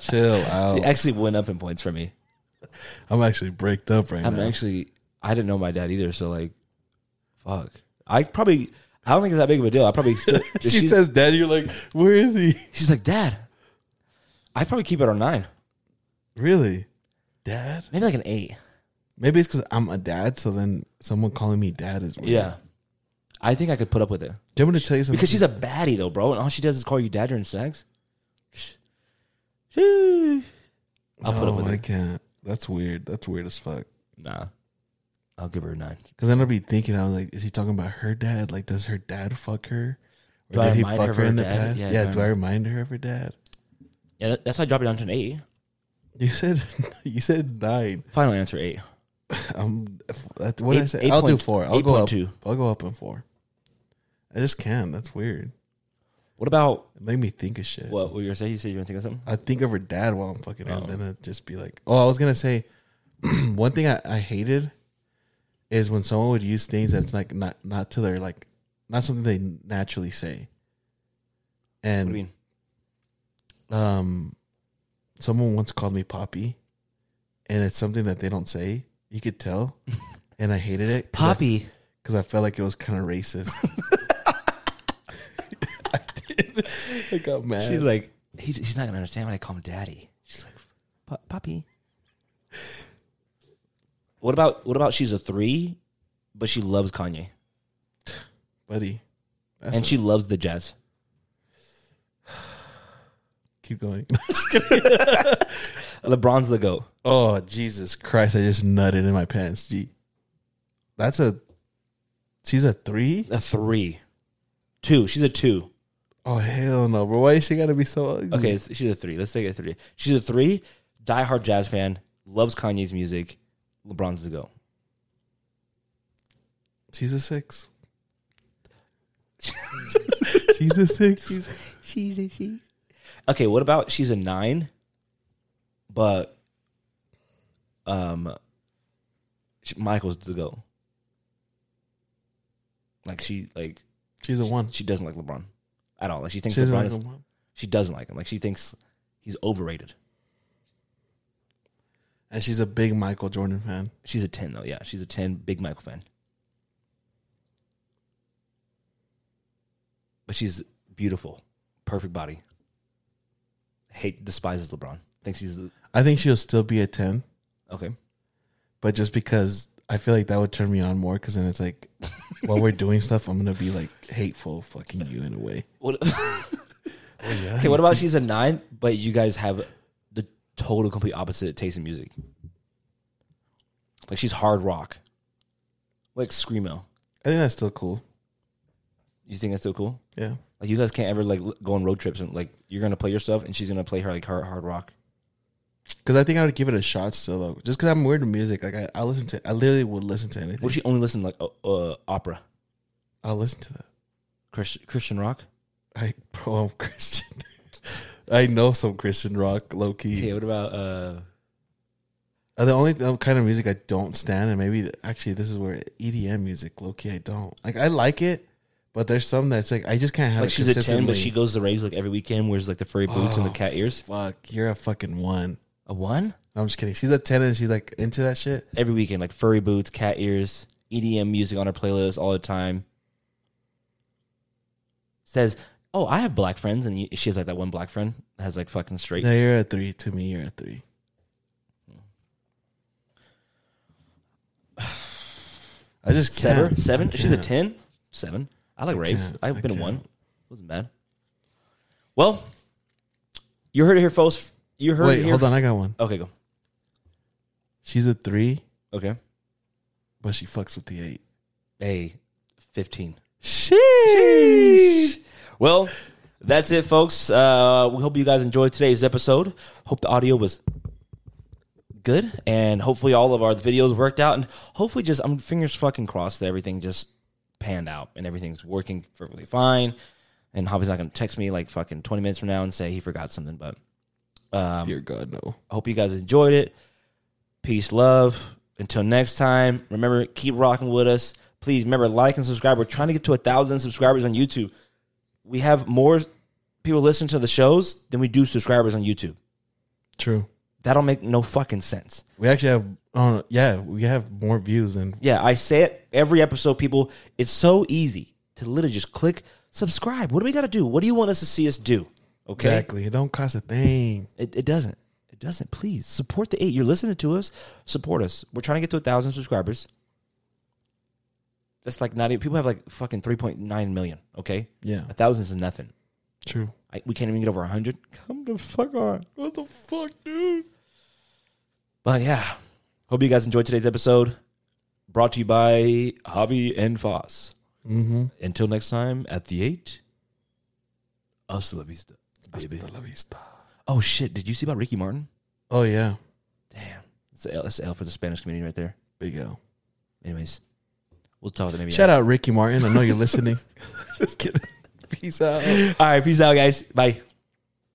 Speaker 2: Chill
Speaker 1: She
Speaker 2: out.
Speaker 1: actually went up in points for me.
Speaker 2: I'm actually breaked up right
Speaker 1: I'm
Speaker 2: now.
Speaker 1: actually. I didn't know my dad either, so like, fuck. I probably. I don't think it's that big of a deal. I probably. Still,
Speaker 2: [LAUGHS] she, says, "Dad," you're like, "Where
Speaker 1: [LAUGHS]
Speaker 2: is he?"
Speaker 1: She's like, Dad, I'd probably keep it on nine,
Speaker 2: Really, Dad?
Speaker 1: maybe like an eight.
Speaker 2: Maybe it's because I'm a dad. So then someone calling me dad is weird.
Speaker 1: I think I could put up with it
Speaker 2: Do you want me to tell you something?
Speaker 1: because she's a baddie though, bro, and all she does is call you dad during sex. I'll put up
Speaker 2: No,
Speaker 1: with
Speaker 2: I
Speaker 1: it.
Speaker 2: can't. That's weird. That's weird as fuck.
Speaker 1: Nah, I'll give her a nine.
Speaker 2: Because then I'll be thinking, I was like, is he talking about her dad? Like, does her dad fuck her?
Speaker 1: Do I remind her of her dad?
Speaker 2: Yeah,
Speaker 1: Yeah, do I
Speaker 2: do I remind her of her dad? [LAUGHS]
Speaker 1: Yeah, that- that's why I dropped it down to an eight.
Speaker 2: You said [LAUGHS] you said nine.
Speaker 1: Final answer eight.
Speaker 2: Um, f- that- what did I
Speaker 1: Eight-
Speaker 2: say?
Speaker 1: eight
Speaker 2: I'll do
Speaker 1: point-
Speaker 2: four. I'll
Speaker 1: eight
Speaker 2: go
Speaker 1: point
Speaker 2: up.
Speaker 1: two.
Speaker 2: I'll go up in four. I just can't. That's weird.
Speaker 1: What about
Speaker 2: It made me think of shit.
Speaker 1: what, what you were saying? You said you were thinking of something.
Speaker 2: I think of her dad while I'm fucking
Speaker 1: Oh.
Speaker 2: out. Then I'd just be like, oh, I was gonna say, [CLEARS THROAT] one thing I, I hated is when someone would use things that's like not not to their like not something they naturally say.
Speaker 1: What do
Speaker 2: And
Speaker 1: you mean?
Speaker 2: um, someone once called me Poppy, and it's something that they don't say. You could
Speaker 1: [LAUGHS]
Speaker 2: tell, and I hated it. 'cause I- because I felt like it was kind
Speaker 1: [LAUGHS]
Speaker 2: of racist. [LAUGHS] I did. I got mad.
Speaker 1: She's like, Uh, he, he's not gonna understand when I call him daddy. She's like, "Pu- puppy. What about what about she's a three, but she loves Kanye
Speaker 2: buddy, that's
Speaker 1: and she loves the jazz.
Speaker 2: keep going.
Speaker 1: LeBron's the goat.
Speaker 2: oh Jesus Christ! I just nutted in my pants. Gee, that's a. She's a three.
Speaker 1: A three, two. She's a two.
Speaker 2: Oh hell no, bro! Why is she gotta be so ugly?
Speaker 1: Okay, it's- she's a three. Let's take a three. She's a three. Diehard jazz fan. Loves Kanye's music. LeBron's the goat.
Speaker 2: she's a six. [LAUGHS] she's a six.
Speaker 1: She's a she. Okay, what about she's a nine, but um, she- Michael's the go. Like she like
Speaker 2: she's a one.
Speaker 1: she doesn't like LeBron at all. Like she thinks
Speaker 2: She's
Speaker 1: LeBron
Speaker 2: like
Speaker 1: is,
Speaker 2: a one.
Speaker 1: she doesn't like him. Like she thinks he's overrated.
Speaker 2: And she's a big Michael Jordan fan.
Speaker 1: She's a ten though. Yeah, she's a ten. Big Michael fan. But she's beautiful, perfect body. Hate despises LeBron. Thinks he's the-
Speaker 2: I think she'll still be a ten.
Speaker 1: okay.
Speaker 2: but just because I feel like that would turn me on more because then it's like while we're doing stuff, I'm gonna be like hateful, fucking you in a way.
Speaker 1: What, okay, what about she's a nine, but you guys have the total, complete opposite taste in music? Like she's hard rock, like screamo.
Speaker 2: I think that's still cool.
Speaker 1: You think that's still cool?
Speaker 2: Yeah,
Speaker 1: Like you guys can't ever like l- go on road trips and like you're gonna play your stuff and she's gonna play her like hard hard rock.
Speaker 2: because I think I would give it a shot still though, just because I'm weird to music. Like I, I listen to, I literally would listen to anything.
Speaker 1: What if she only listen like uh, uh, opera,
Speaker 2: I'll listen to that.
Speaker 1: Christian, Christian rock?
Speaker 2: I bro, I'm [LAUGHS] Christian. I know some Christian rock, low key.
Speaker 1: Okay, what about uh,
Speaker 2: Uh, The only th- kind of music I don't stand, and maybe actually this is where EDM music, low key, I don't like. I like it, but there's some that's like I just can't have
Speaker 1: like
Speaker 2: it
Speaker 1: she's a ten, but
Speaker 2: consistently.
Speaker 1: she goes to the raves like every weekend, wears like the furry boots and the
Speaker 2: Oh,
Speaker 1: cat ears.
Speaker 2: Fuck, you're a fucking one.
Speaker 1: A one
Speaker 2: No, I'm just kidding. She's a ten and she's like into that shit.
Speaker 1: every weekend, like furry boots, cat ears, EDM music on her playlist all the time. Says, "Oh, I have black friends," and you- she has like that one black friend that has like fucking straight.
Speaker 2: No, you're a three to me. You're a three. [SIGHS] I just
Speaker 1: Seven,
Speaker 2: can't.
Speaker 1: seven.
Speaker 2: I
Speaker 1: She's a
Speaker 2: can't.
Speaker 1: ten, seven. I like raves.
Speaker 2: can't.
Speaker 1: I've
Speaker 2: I
Speaker 1: been a
Speaker 2: can't.
Speaker 1: one. Wasn't bad. Well, you heard it here, folks. You heard it
Speaker 2: Wait,
Speaker 1: here.
Speaker 2: hold on. I got one.
Speaker 1: Okay, go.
Speaker 2: She's a three,
Speaker 1: Okay.
Speaker 2: but she fucks with the eight.
Speaker 1: Hey, fifteen.
Speaker 2: Sheesh.
Speaker 1: Well, that's it, folks. Uh, we hope you guys enjoyed today's episode. Hope the audio was good, and hopefully all of our videos worked out, and hopefully just I'm fingers fucking crossed that everything just panned out and everything's working perfectly fine. And Hobby's not gonna text me like fucking 20 minutes from now and say he forgot something, but
Speaker 2: Dear God, no.
Speaker 1: I hope you guys enjoyed it. Peace, love. Until next time, remember, keep rocking with us. Please remember, like and subscribe. We're trying to get to a thousand subscribers on YouTube. We have more people listen to the shows than we do subscribers on YouTube.
Speaker 2: True.
Speaker 1: That'll make no fucking sense.
Speaker 2: We actually have. Uh, yeah, we have more views than.
Speaker 1: Yeah, I say it every episode, people. It's so easy to literally just click subscribe. What do we got to do? What do you want us to see us do? Okay.
Speaker 2: Exactly. It don't cost a thing.
Speaker 1: It, it doesn't. It doesn't. Please support the eight. You're listening to us. Support us. We're trying to get to a thousand subscribers. That's like not even people have like fucking three point nine million. Okay,
Speaker 2: Yeah.
Speaker 1: a thousand is nothing.
Speaker 2: True.
Speaker 1: I, we can't even get over a hundred. Come the fuck on.
Speaker 2: What the fuck, dude?
Speaker 1: But yeah, hope you guys enjoyed today's episode. Brought to you by Hobby and Foss. Mm-hmm. Until next time, at the eight, Hasta la vista, baby.
Speaker 2: Hasta la vista.
Speaker 1: Oh shit! Did you see about Ricky Martin?
Speaker 2: Oh yeah,
Speaker 1: Damn, that's the L, that's the L for the Spanish community right there.
Speaker 2: big L.
Speaker 1: Anyways, we'll talk about it maybe.
Speaker 2: Shout [LAUGHS] out Ricky Martin. I know you're listening. Just kidding. Peace out.
Speaker 1: All right, peace out, guys. Bye.